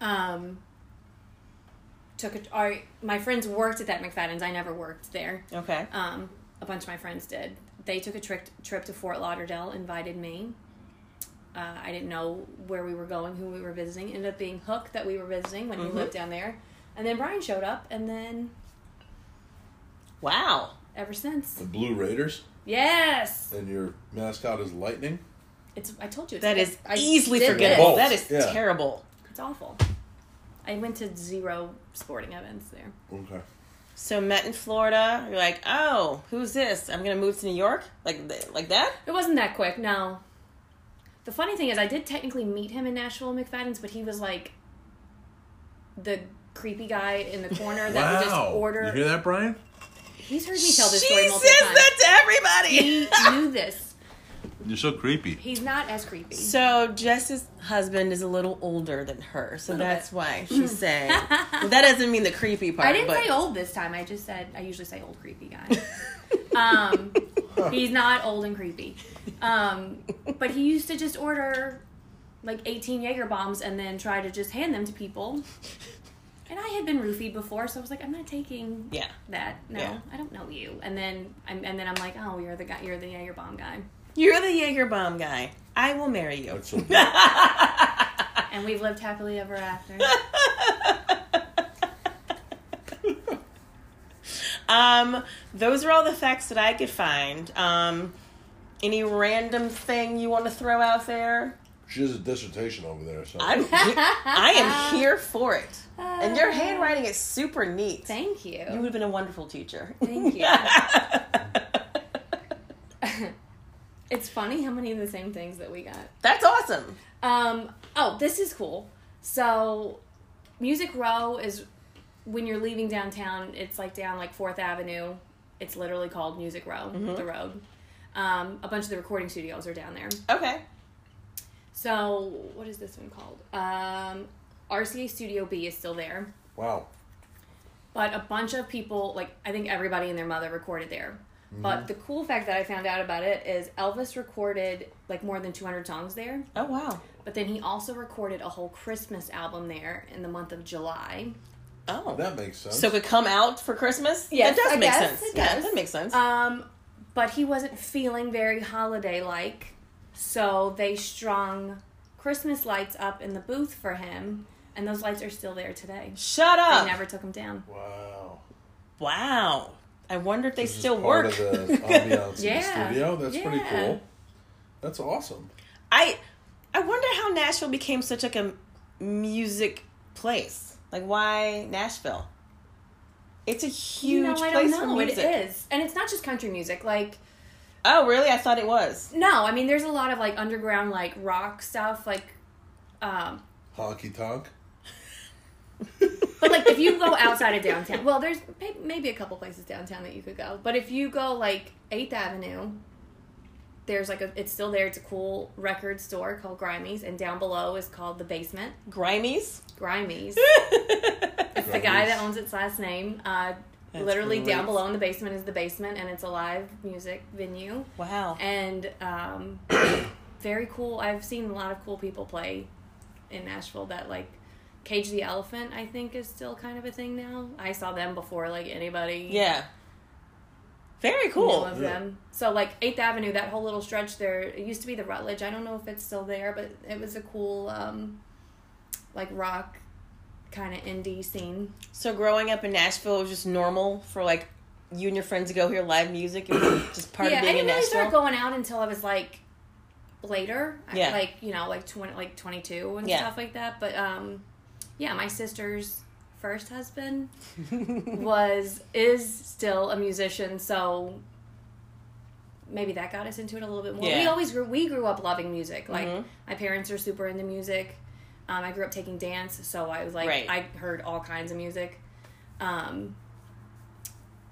[SPEAKER 3] Um, took a, our, my friends worked at that McFadden's. I never worked there.
[SPEAKER 1] Okay.
[SPEAKER 3] Um, a bunch of my friends did. They took a trip trip to Fort Lauderdale, invited me. Uh, I didn't know where we were going, who we were visiting. Ended up being Hook that we were visiting when
[SPEAKER 1] Mhm.
[SPEAKER 3] he lived down there, and then Brian showed up, and then
[SPEAKER 1] Wow.
[SPEAKER 3] ever since.
[SPEAKER 2] The Blue Raiders,
[SPEAKER 3] Yes,
[SPEAKER 2] and your mascot is lightning.
[SPEAKER 3] it's. I told you it's
[SPEAKER 1] That is
[SPEAKER 3] I
[SPEAKER 1] easily
[SPEAKER 3] did
[SPEAKER 1] forgettable.
[SPEAKER 2] Both,
[SPEAKER 1] That is
[SPEAKER 2] yeah.
[SPEAKER 1] terrible.
[SPEAKER 3] this. It's awful. I went to zero sporting events there.
[SPEAKER 2] Okay.
[SPEAKER 1] So met in Florida, you're like, oh, who's this? I'm gonna move to New York, like th- like that.
[SPEAKER 3] It wasn't that quick. No. The funny thing is, I did technically meet him in Nashville McFadden's, but he was like the creepy guy in the corner that would just
[SPEAKER 2] You
[SPEAKER 3] order.
[SPEAKER 5] hear
[SPEAKER 2] hear that, Brian?
[SPEAKER 3] He's heard me tell this
[SPEAKER 1] she
[SPEAKER 3] story
[SPEAKER 1] says
[SPEAKER 3] multiple times.
[SPEAKER 1] that to
[SPEAKER 3] He
[SPEAKER 1] everybody.
[SPEAKER 3] knew this.
[SPEAKER 2] You're so creepy.
[SPEAKER 3] He's not as creepy.
[SPEAKER 1] so Jess's husband is a little older than her, so
[SPEAKER 3] Little
[SPEAKER 1] that's why she's saying. well, that doesn't mean the creepy part.
[SPEAKER 3] I didn't
[SPEAKER 1] but
[SPEAKER 3] say old this time. I just said I usually say old creepy guy. um, he's not old and creepy, um, but he used to just order like 18 Jaeger bombs and then try to just hand them to people. And I had been roofied before, so I was like, I'm not taking
[SPEAKER 1] Yeah.
[SPEAKER 3] that. No,
[SPEAKER 1] Yeah.
[SPEAKER 3] I don't know you. And then I'm, and then I'm like, oh, you're the guy. You're the Jaeger bomb guy.
[SPEAKER 1] You're the Jaeger bomb guy. I will marry you.
[SPEAKER 4] That's a-
[SPEAKER 3] And we've lived happily ever after.
[SPEAKER 1] Um, those are all the facts that I could find. Um, any random thing you want to throw out there?
[SPEAKER 4] she has a dissertation over there. So
[SPEAKER 1] I'm, I am here for it. And your handwriting is super neat.
[SPEAKER 3] Uh. Thank you.
[SPEAKER 1] you would have been a wonderful teacher.
[SPEAKER 3] Thank you. it's funny how many of the same things that we got.
[SPEAKER 1] That's awesome.
[SPEAKER 3] Um, oh, this is cool. So, Music Row is when you're leaving downtown, it's like down like 4th Avenue. It's literally called Music Row,
[SPEAKER 1] Mm-hmm.
[SPEAKER 3] the road. Um, a bunch of the recording studios are down there.
[SPEAKER 1] Okay.
[SPEAKER 3] So, what is this one called? Um, RCA Studio B is still there,
[SPEAKER 4] wow.
[SPEAKER 3] but a bunch of people, like I think everybody and their mother recorded there. But the cool fact that I found out about it is Elvis recorded like more than 200 songs there.
[SPEAKER 1] Oh, wow.
[SPEAKER 3] But then he also recorded a whole Christmas album there in the month of July.
[SPEAKER 1] Oh.
[SPEAKER 4] That makes sense.
[SPEAKER 1] so it could come out for Christmas?
[SPEAKER 3] Yes,
[SPEAKER 1] That does
[SPEAKER 3] I
[SPEAKER 1] make
[SPEAKER 3] guess,
[SPEAKER 1] sense.
[SPEAKER 3] it
[SPEAKER 1] Yeah,
[SPEAKER 3] does.
[SPEAKER 1] that makes sense.
[SPEAKER 3] Um, but he wasn't feeling very holiday like, so they strung Christmas lights up in the booth for him, and those lights are still there today.
[SPEAKER 1] Shut
[SPEAKER 3] They
[SPEAKER 1] up.
[SPEAKER 3] never took them down.
[SPEAKER 4] wow.
[SPEAKER 1] wow. I wonder if they
[SPEAKER 4] This is
[SPEAKER 1] still
[SPEAKER 4] part
[SPEAKER 1] work.
[SPEAKER 4] of the ambiance in
[SPEAKER 3] Yeah.
[SPEAKER 4] the studio. That's pretty
[SPEAKER 3] Yeah.
[SPEAKER 4] cool. That's awesome.
[SPEAKER 1] I I wonder how Nashville became such like a music place. Like why Nashville? It's a huge
[SPEAKER 3] you know, I
[SPEAKER 1] place
[SPEAKER 3] don't know.
[SPEAKER 1] for
[SPEAKER 3] It
[SPEAKER 1] music.
[SPEAKER 3] is, and it's not just country music. Like,
[SPEAKER 1] Oh, really? I thought it was.
[SPEAKER 3] no, I mean, there's a lot of like underground like rock stuff, like. Um,
[SPEAKER 4] Honky tonk.
[SPEAKER 3] but like if you go outside of downtown, well, there's may- maybe a couple places downtown that you could go. But if you go like Eighth Avenue, there's like a it's still there. It's a cool record store called Grimey's, and down below is called the Basement
[SPEAKER 1] Grimies.
[SPEAKER 3] Grimey's.
[SPEAKER 1] That's
[SPEAKER 3] the guy that owns its last name. Uh,
[SPEAKER 1] That's
[SPEAKER 3] literally
[SPEAKER 1] great.
[SPEAKER 3] down below in the basement is the basement, and it's a live music venue
[SPEAKER 1] Wow.
[SPEAKER 3] and um, very cool. I've seen a lot of cool people play in Nashville. That like Cage the Elephant, I think, is still kind of a thing now. I saw them before like anybody.
[SPEAKER 1] Yeah. Very
[SPEAKER 3] knew
[SPEAKER 1] cool.
[SPEAKER 3] of
[SPEAKER 4] Yeah.
[SPEAKER 3] them. So like Eighth Avenue, that whole little stretch there. It used to be the Rutledge. I don't know if it's still there, but it was a cool um, like rock kind of indie scene.
[SPEAKER 1] So growing up in Nashville it was just normal for like you and your friends to go hear live music. It was just part
[SPEAKER 3] yeah,
[SPEAKER 1] of
[SPEAKER 3] I
[SPEAKER 1] being in
[SPEAKER 3] didn't really
[SPEAKER 1] Nashville.
[SPEAKER 3] start going out until I was like later. I-
[SPEAKER 1] Yeah.
[SPEAKER 3] like you know, like twenty, like twenty two and
[SPEAKER 1] Yeah.
[SPEAKER 3] stuff like that. But um, yeah, my sister's first husband was is still a musician, so maybe that got us into it a little bit more. We
[SPEAKER 1] Yeah.
[SPEAKER 3] always grew we grew up loving music. Like
[SPEAKER 1] Mhm.
[SPEAKER 3] my parents are super into music. Um, I grew up taking dance, so I was like
[SPEAKER 1] Right.
[SPEAKER 3] I heard all kinds of music. Um,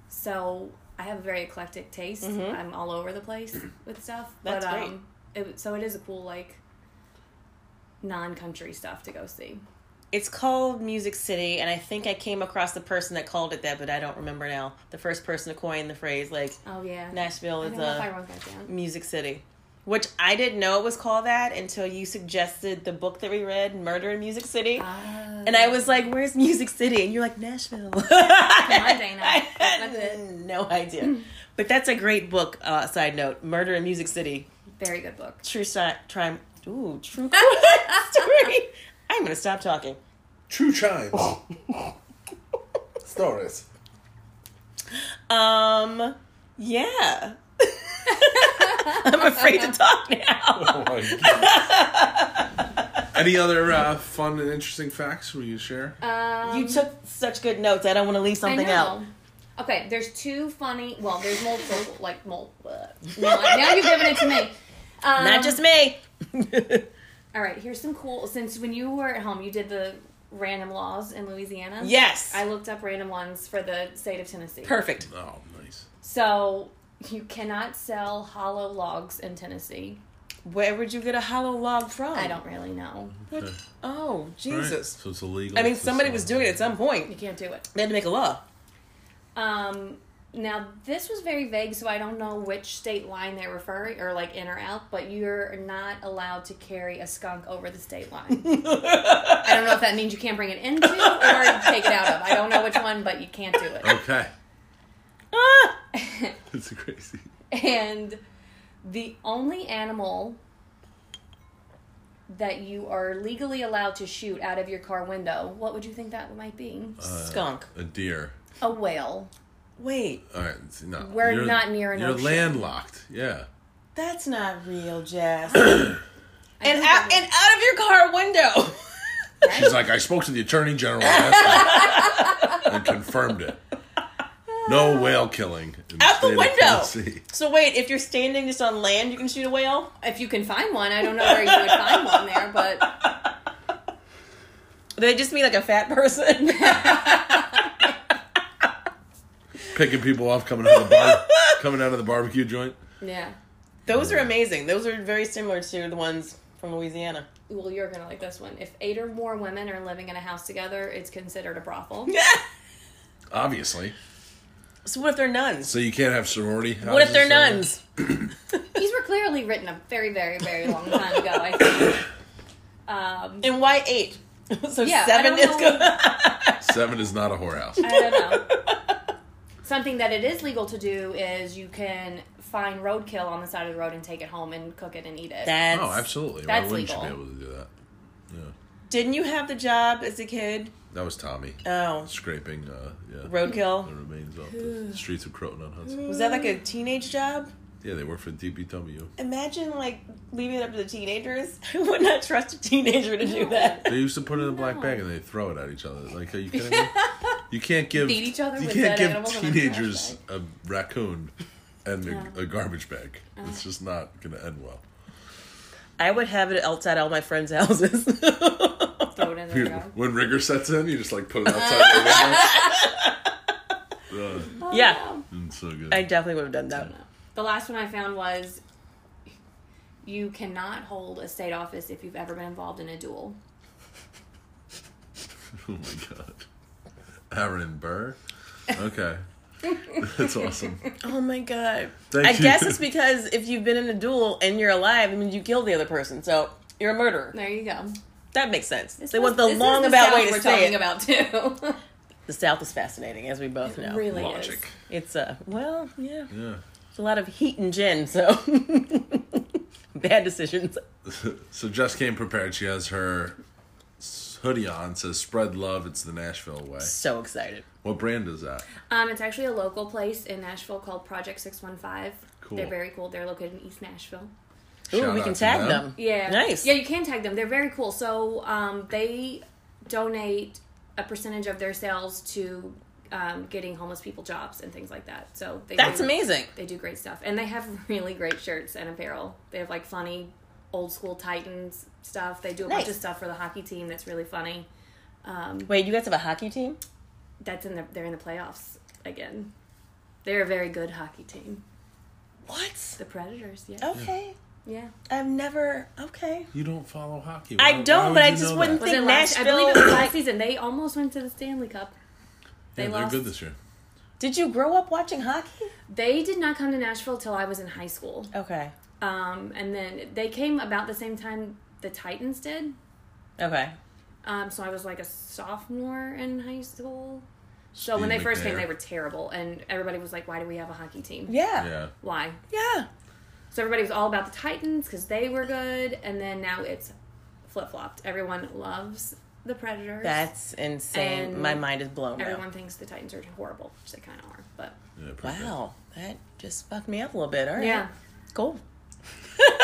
[SPEAKER 3] so I have a very eclectic taste.
[SPEAKER 1] Mhm.
[SPEAKER 3] I'm all over the place with stuff.
[SPEAKER 1] That's
[SPEAKER 3] but,
[SPEAKER 1] great.
[SPEAKER 3] Um, it, so it is a cool like non-country stuff to go see.
[SPEAKER 1] It's called Music City, and I think I came across the person that called it that, but I don't remember now. The first person to coin the phrase like
[SPEAKER 3] Oh yeah.
[SPEAKER 1] Nashville
[SPEAKER 3] I
[SPEAKER 1] is
[SPEAKER 3] don't
[SPEAKER 1] a
[SPEAKER 3] know if I wrote that down.
[SPEAKER 1] Music City, which I didn't know it was called that until you suggested the book that we read, Murder in Music City.
[SPEAKER 3] Ah.
[SPEAKER 1] and I was like, "Where's Music City?" And you're like, "Nashville."
[SPEAKER 3] Dana.
[SPEAKER 1] I had
[SPEAKER 3] That's it.
[SPEAKER 1] no idea, but that's a great book. Uh, side note: Murder in Music City,
[SPEAKER 3] very good book.
[SPEAKER 1] true si- crime. Ooh, true crime story. I'm gonna stop talking.
[SPEAKER 4] True chimes. Stories.
[SPEAKER 1] Um, yeah. I'm afraid to talk
[SPEAKER 4] Oh
[SPEAKER 1] now.
[SPEAKER 4] my God. Any other uh, fun and interesting facts we can share?
[SPEAKER 3] Um,
[SPEAKER 1] You took such good notes. I don't want to leave something out.
[SPEAKER 3] Okay, there's two funny. Well, there's multiple. like multiple. Now, now you're giving it to me. Um,
[SPEAKER 1] Not just me.
[SPEAKER 3] All right, here's some cool. Since when you were at home, you did the random laws in Louisiana.
[SPEAKER 1] yes.
[SPEAKER 3] I looked up random ones for the state of Tennessee.
[SPEAKER 1] Perfect.
[SPEAKER 4] Oh, nice.
[SPEAKER 3] So you cannot sell hollow logs in Tennessee.
[SPEAKER 1] Where would you get a hollow log from?
[SPEAKER 3] I don't really know.
[SPEAKER 1] What- Oh,
[SPEAKER 4] Right.
[SPEAKER 1] Jesus.
[SPEAKER 4] So it's illegal.
[SPEAKER 1] I mean,
[SPEAKER 4] to
[SPEAKER 1] somebody
[SPEAKER 4] sell.
[SPEAKER 1] was doing it at some point.
[SPEAKER 3] You can't do it.
[SPEAKER 1] They had to make a law.
[SPEAKER 3] Um, now this was very vague, so I don't know which state line they're referring or like in or out. But you're not allowed to carry a skunk over the state line. I don't know if that means you can't bring it into or take it out of. I don't know which one, but you can't do it.
[SPEAKER 4] Okay.
[SPEAKER 1] Ah!
[SPEAKER 4] It's crazy.
[SPEAKER 3] And the only animal that you are legally allowed to shoot out of your car window, what would you think that might be?
[SPEAKER 1] Skunk.
[SPEAKER 2] A deer.
[SPEAKER 3] A whale.
[SPEAKER 1] Wait,
[SPEAKER 2] All right, it's- no.
[SPEAKER 3] We're not near an
[SPEAKER 2] You're
[SPEAKER 3] ocean.
[SPEAKER 2] landlocked. Yeah.
[SPEAKER 1] that's not real, Jess.
[SPEAKER 3] I
[SPEAKER 1] and
[SPEAKER 3] think
[SPEAKER 1] out
[SPEAKER 3] that
[SPEAKER 1] and out of your car window.
[SPEAKER 2] She's like, I spoke to the attorney general last night and confirmed it. No whale killing. in
[SPEAKER 1] out the
[SPEAKER 2] state of
[SPEAKER 1] window.
[SPEAKER 2] Tennessee.
[SPEAKER 1] So wait, if you're standing just on land, you can shoot a whale.
[SPEAKER 3] would- if you can find one, I don't know where you would find one there, but
[SPEAKER 1] They just mean like a fat person.
[SPEAKER 2] Picking people off coming out of the bar, coming out of the barbecue joint.
[SPEAKER 3] yeah.
[SPEAKER 1] Those are amazing. Those are very similar to the ones from Louisiana.
[SPEAKER 3] Well, you're gonna like this one. If eight or more women are living in a house together, it's considered a brothel.
[SPEAKER 2] Obviously.
[SPEAKER 1] so what if they're nuns?
[SPEAKER 2] So you can't have sorority. Houses
[SPEAKER 1] What if they're
[SPEAKER 2] there?
[SPEAKER 1] nuns?
[SPEAKER 3] These were clearly written a very, very, very long time ago. I think. Um,
[SPEAKER 1] And why eight? so
[SPEAKER 3] Yeah, I
[SPEAKER 1] seven
[SPEAKER 3] don't
[SPEAKER 1] is
[SPEAKER 3] know.
[SPEAKER 1] good.
[SPEAKER 2] Seven is not a whorehouse.
[SPEAKER 3] I don't know. Something that it is legal to do is you can find roadkill on the side of the road and take it home and cook it and eat it.
[SPEAKER 1] That's,
[SPEAKER 2] Oh, absolutely.
[SPEAKER 3] That's
[SPEAKER 2] Why wouldn't you be
[SPEAKER 3] legal.
[SPEAKER 2] able to do that? Yeah.
[SPEAKER 1] Didn't you have the job as a kid?
[SPEAKER 2] That was Tommy.
[SPEAKER 1] Oh,
[SPEAKER 2] Scraping uh, yeah, the
[SPEAKER 1] roadkill.
[SPEAKER 2] remains off the streets of Croton on Hudson.
[SPEAKER 1] Was that like a teenage job?
[SPEAKER 2] Yeah, they work for DPW.
[SPEAKER 1] Imagine like leaving it up to the teenagers. I would not trust a teenager to do that.
[SPEAKER 2] They used to put it in a black bag and they throw it at each other. Like, are you kidding me? You can't give
[SPEAKER 3] Beat each other
[SPEAKER 2] You
[SPEAKER 3] with
[SPEAKER 2] can't
[SPEAKER 3] dead
[SPEAKER 2] give
[SPEAKER 3] animals in a
[SPEAKER 2] teenagers a raccoon and a, a garbage bag.
[SPEAKER 3] Uh-huh.
[SPEAKER 2] It's just not going to end well.
[SPEAKER 1] I would have it outside all my friends' houses.
[SPEAKER 3] Throw it in
[SPEAKER 2] You-
[SPEAKER 3] there.
[SPEAKER 2] When rigor sets in, you just like put it outside the window. Ugh,
[SPEAKER 1] yeah,
[SPEAKER 2] it's so good.
[SPEAKER 1] I definitely would have done that.
[SPEAKER 3] The last one I found was you cannot hold a state office if you've ever been involved in a duel.
[SPEAKER 2] Oh my god. Aaron Burr? Okay. That's awesome.
[SPEAKER 1] Oh my god.
[SPEAKER 2] Thank
[SPEAKER 1] I
[SPEAKER 2] you.
[SPEAKER 1] guess it's because if you've been in a duel and you're alive, I mean, you killed the other person, so you're a murderer.
[SPEAKER 3] There you go.
[SPEAKER 1] That makes sense.
[SPEAKER 3] This
[SPEAKER 1] they
[SPEAKER 3] was-
[SPEAKER 1] want the
[SPEAKER 3] this is
[SPEAKER 1] long about
[SPEAKER 3] South
[SPEAKER 1] way
[SPEAKER 3] we're
[SPEAKER 1] to say
[SPEAKER 3] talking
[SPEAKER 1] it.
[SPEAKER 3] about too.
[SPEAKER 1] the South is fascinating, as we both know.
[SPEAKER 3] really
[SPEAKER 2] Logic.
[SPEAKER 3] is.
[SPEAKER 1] It's uh, well, yeah,
[SPEAKER 2] Yeah.
[SPEAKER 1] it's a lot of heat and gin, so bad decisions.
[SPEAKER 2] So Jess came prepared. She has her s- hoodie on, says spread love, it's the Nashville way.
[SPEAKER 1] So excited.
[SPEAKER 2] What brand is that?
[SPEAKER 3] Um, it's actually a local place in Nashville called Project Six One Five.
[SPEAKER 2] Cool.
[SPEAKER 3] They're very cool. They're located in East Nashville.
[SPEAKER 1] Ooh,
[SPEAKER 2] Shout
[SPEAKER 1] we
[SPEAKER 2] out
[SPEAKER 1] can
[SPEAKER 2] to
[SPEAKER 1] tag
[SPEAKER 2] them.
[SPEAKER 1] them.
[SPEAKER 3] Yeah.
[SPEAKER 1] Nice.
[SPEAKER 3] Yeah, you can tag them. They're very cool. So um, they donate a percentage of their sales to um, getting homeless people jobs and things like that. So they
[SPEAKER 1] That's
[SPEAKER 3] do,
[SPEAKER 1] amazing.
[SPEAKER 3] They do great stuff, and they have really great shirts and apparel. They have like funny old school Titans stuff. They do a bunch
[SPEAKER 1] Nice.
[SPEAKER 3] of stuff for the hockey team that's really funny.
[SPEAKER 1] Wait, you guys have a hockey team?
[SPEAKER 3] That's in the they're in the playoffs again. They're a very good hockey team.
[SPEAKER 1] What?
[SPEAKER 3] The Predators, yeah,
[SPEAKER 1] Okay.
[SPEAKER 3] yeah.
[SPEAKER 1] I've never. Okay.
[SPEAKER 2] You don't follow hockey.
[SPEAKER 1] I
[SPEAKER 2] Why-
[SPEAKER 1] don't,
[SPEAKER 2] why would
[SPEAKER 1] but I
[SPEAKER 2] you
[SPEAKER 1] just
[SPEAKER 2] know
[SPEAKER 1] wouldn't
[SPEAKER 2] that?
[SPEAKER 3] Was
[SPEAKER 1] think
[SPEAKER 3] it last? I
[SPEAKER 1] Nashville-
[SPEAKER 3] believe it was last season. They almost went to the Stanley Cup. They
[SPEAKER 2] Yeah,
[SPEAKER 3] lost.
[SPEAKER 2] They're good this year.
[SPEAKER 1] Did you grow up watching hockey?
[SPEAKER 3] They did not come to Nashville till I was in high school.
[SPEAKER 1] Okay.
[SPEAKER 3] Um, and then they came about the same time the Titans did.
[SPEAKER 1] Okay.
[SPEAKER 3] Um, so I was like a sophomore in high school. So when they
[SPEAKER 2] Steve
[SPEAKER 3] first came,
[SPEAKER 2] McNair.
[SPEAKER 3] they were terrible, and everybody was like, "Why do we have a hockey team?
[SPEAKER 1] Yeah.
[SPEAKER 2] Yeah.
[SPEAKER 3] Why?"
[SPEAKER 1] Yeah.
[SPEAKER 3] So everybody was all about the Titans because they were good, and then now it's flip flopped. Everyone loves the Predators.
[SPEAKER 1] That's insane.
[SPEAKER 3] And
[SPEAKER 1] My mind is blown. now.
[SPEAKER 3] Everyone thinks the Titans are horrible, which they kind of are. But
[SPEAKER 2] yeah pretty
[SPEAKER 1] Wow, that just fucked me up a little bit. All right.
[SPEAKER 3] yeah,
[SPEAKER 1] Cool.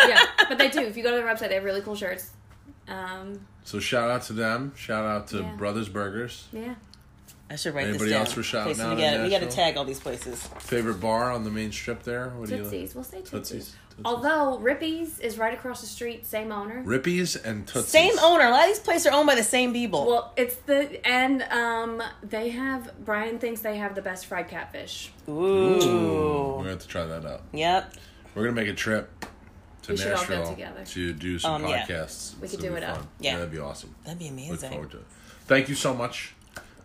[SPEAKER 3] yeah. But they do. If you go to their website, they have really cool shirts. Um,
[SPEAKER 2] good. So shout out to them. Shout out to
[SPEAKER 3] Yeah.
[SPEAKER 2] Brothers Burgers.
[SPEAKER 3] yeah.
[SPEAKER 1] I should write
[SPEAKER 2] Anybody
[SPEAKER 1] this down.
[SPEAKER 2] else for shouting
[SPEAKER 1] Places
[SPEAKER 2] out
[SPEAKER 1] we, gotta,
[SPEAKER 2] in
[SPEAKER 1] we gotta
[SPEAKER 2] Nashville?
[SPEAKER 1] tag all these places.
[SPEAKER 2] Favorite bar on the main strip there? What do you like?
[SPEAKER 3] Tootsies. We'll say Tootsies.
[SPEAKER 2] Tootsies. Tootsies.
[SPEAKER 3] Although Rippy's is right across the street, same owner.
[SPEAKER 2] Rippies and Tootsies.
[SPEAKER 1] Same owner. A lot of these places are owned by the same people.
[SPEAKER 3] well, it's the and um they have Brian thinks they have the best fried catfish.
[SPEAKER 2] Ooh, We're
[SPEAKER 1] Ooh.
[SPEAKER 2] gonna have to try that out.
[SPEAKER 1] Yep.
[SPEAKER 2] We're gonna make a trip to
[SPEAKER 3] We should all go
[SPEAKER 2] Nashville
[SPEAKER 3] together.
[SPEAKER 2] to do some
[SPEAKER 1] Um, yeah.
[SPEAKER 2] podcasts.
[SPEAKER 3] We could
[SPEAKER 2] It'll
[SPEAKER 3] do
[SPEAKER 2] be
[SPEAKER 3] it up.
[SPEAKER 2] fun.
[SPEAKER 1] Yeah.
[SPEAKER 2] that'd be awesome.
[SPEAKER 1] That'd be
[SPEAKER 2] Look
[SPEAKER 1] amazing.
[SPEAKER 2] forward to it. Thank you so much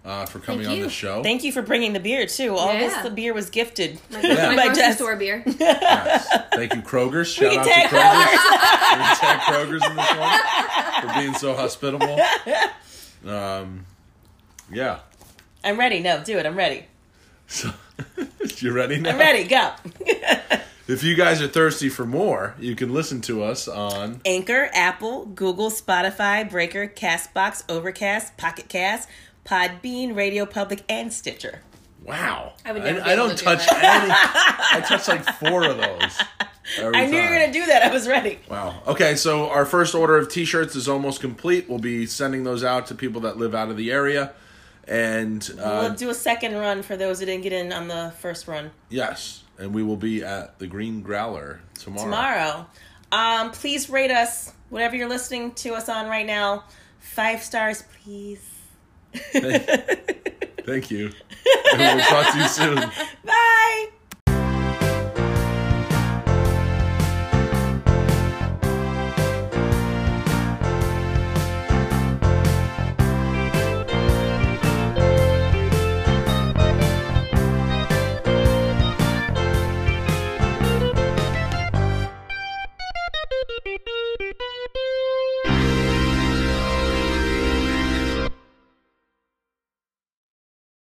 [SPEAKER 2] uh, for coming
[SPEAKER 3] Thank
[SPEAKER 2] on
[SPEAKER 3] you.
[SPEAKER 2] the show.
[SPEAKER 1] Thank you for bringing the beer too. All this
[SPEAKER 3] Yeah.
[SPEAKER 1] the beer was gifted
[SPEAKER 3] My,
[SPEAKER 2] Yeah.
[SPEAKER 1] by
[SPEAKER 3] my grocery
[SPEAKER 1] Jess.
[SPEAKER 3] store beer.
[SPEAKER 2] Yes. Thank you, Kroger's. Shout
[SPEAKER 1] can
[SPEAKER 2] out to
[SPEAKER 1] tag
[SPEAKER 2] Kroger's. we can tag Kroger's in this one for being so hospitable. Um, yeah.
[SPEAKER 1] I'm ready. No, do it. I'm ready.
[SPEAKER 2] So, you ready now?
[SPEAKER 1] I'm ready. Go.
[SPEAKER 2] If you guys are thirsty for more, you can listen to us on
[SPEAKER 1] Anchor, Apple, Google, Spotify, Breaker, Castbox, Overcast, Pocket Cast, Podbean, Radio Public, and Stitcher.
[SPEAKER 2] Wow.
[SPEAKER 3] I would never be
[SPEAKER 2] I,
[SPEAKER 3] able
[SPEAKER 2] don't
[SPEAKER 3] to do
[SPEAKER 2] touch any. I touch like four of those. every
[SPEAKER 1] I knew you
[SPEAKER 2] time.
[SPEAKER 1] were going to do that. I was ready.
[SPEAKER 2] Wow. Okay, so our first order of T-shirts is almost complete. We'll be sending those out to people that live out of the area, and uh,
[SPEAKER 1] we'll do a second run for those who didn't get in on the first run
[SPEAKER 2] yes, and we will be at the Green Growler tomorrow.
[SPEAKER 1] tomorrow. Um, please rate us, whatever you're listening to us on right now. Five stars, please.
[SPEAKER 2] Thank you. And we'll talk to you soon.
[SPEAKER 1] Bye.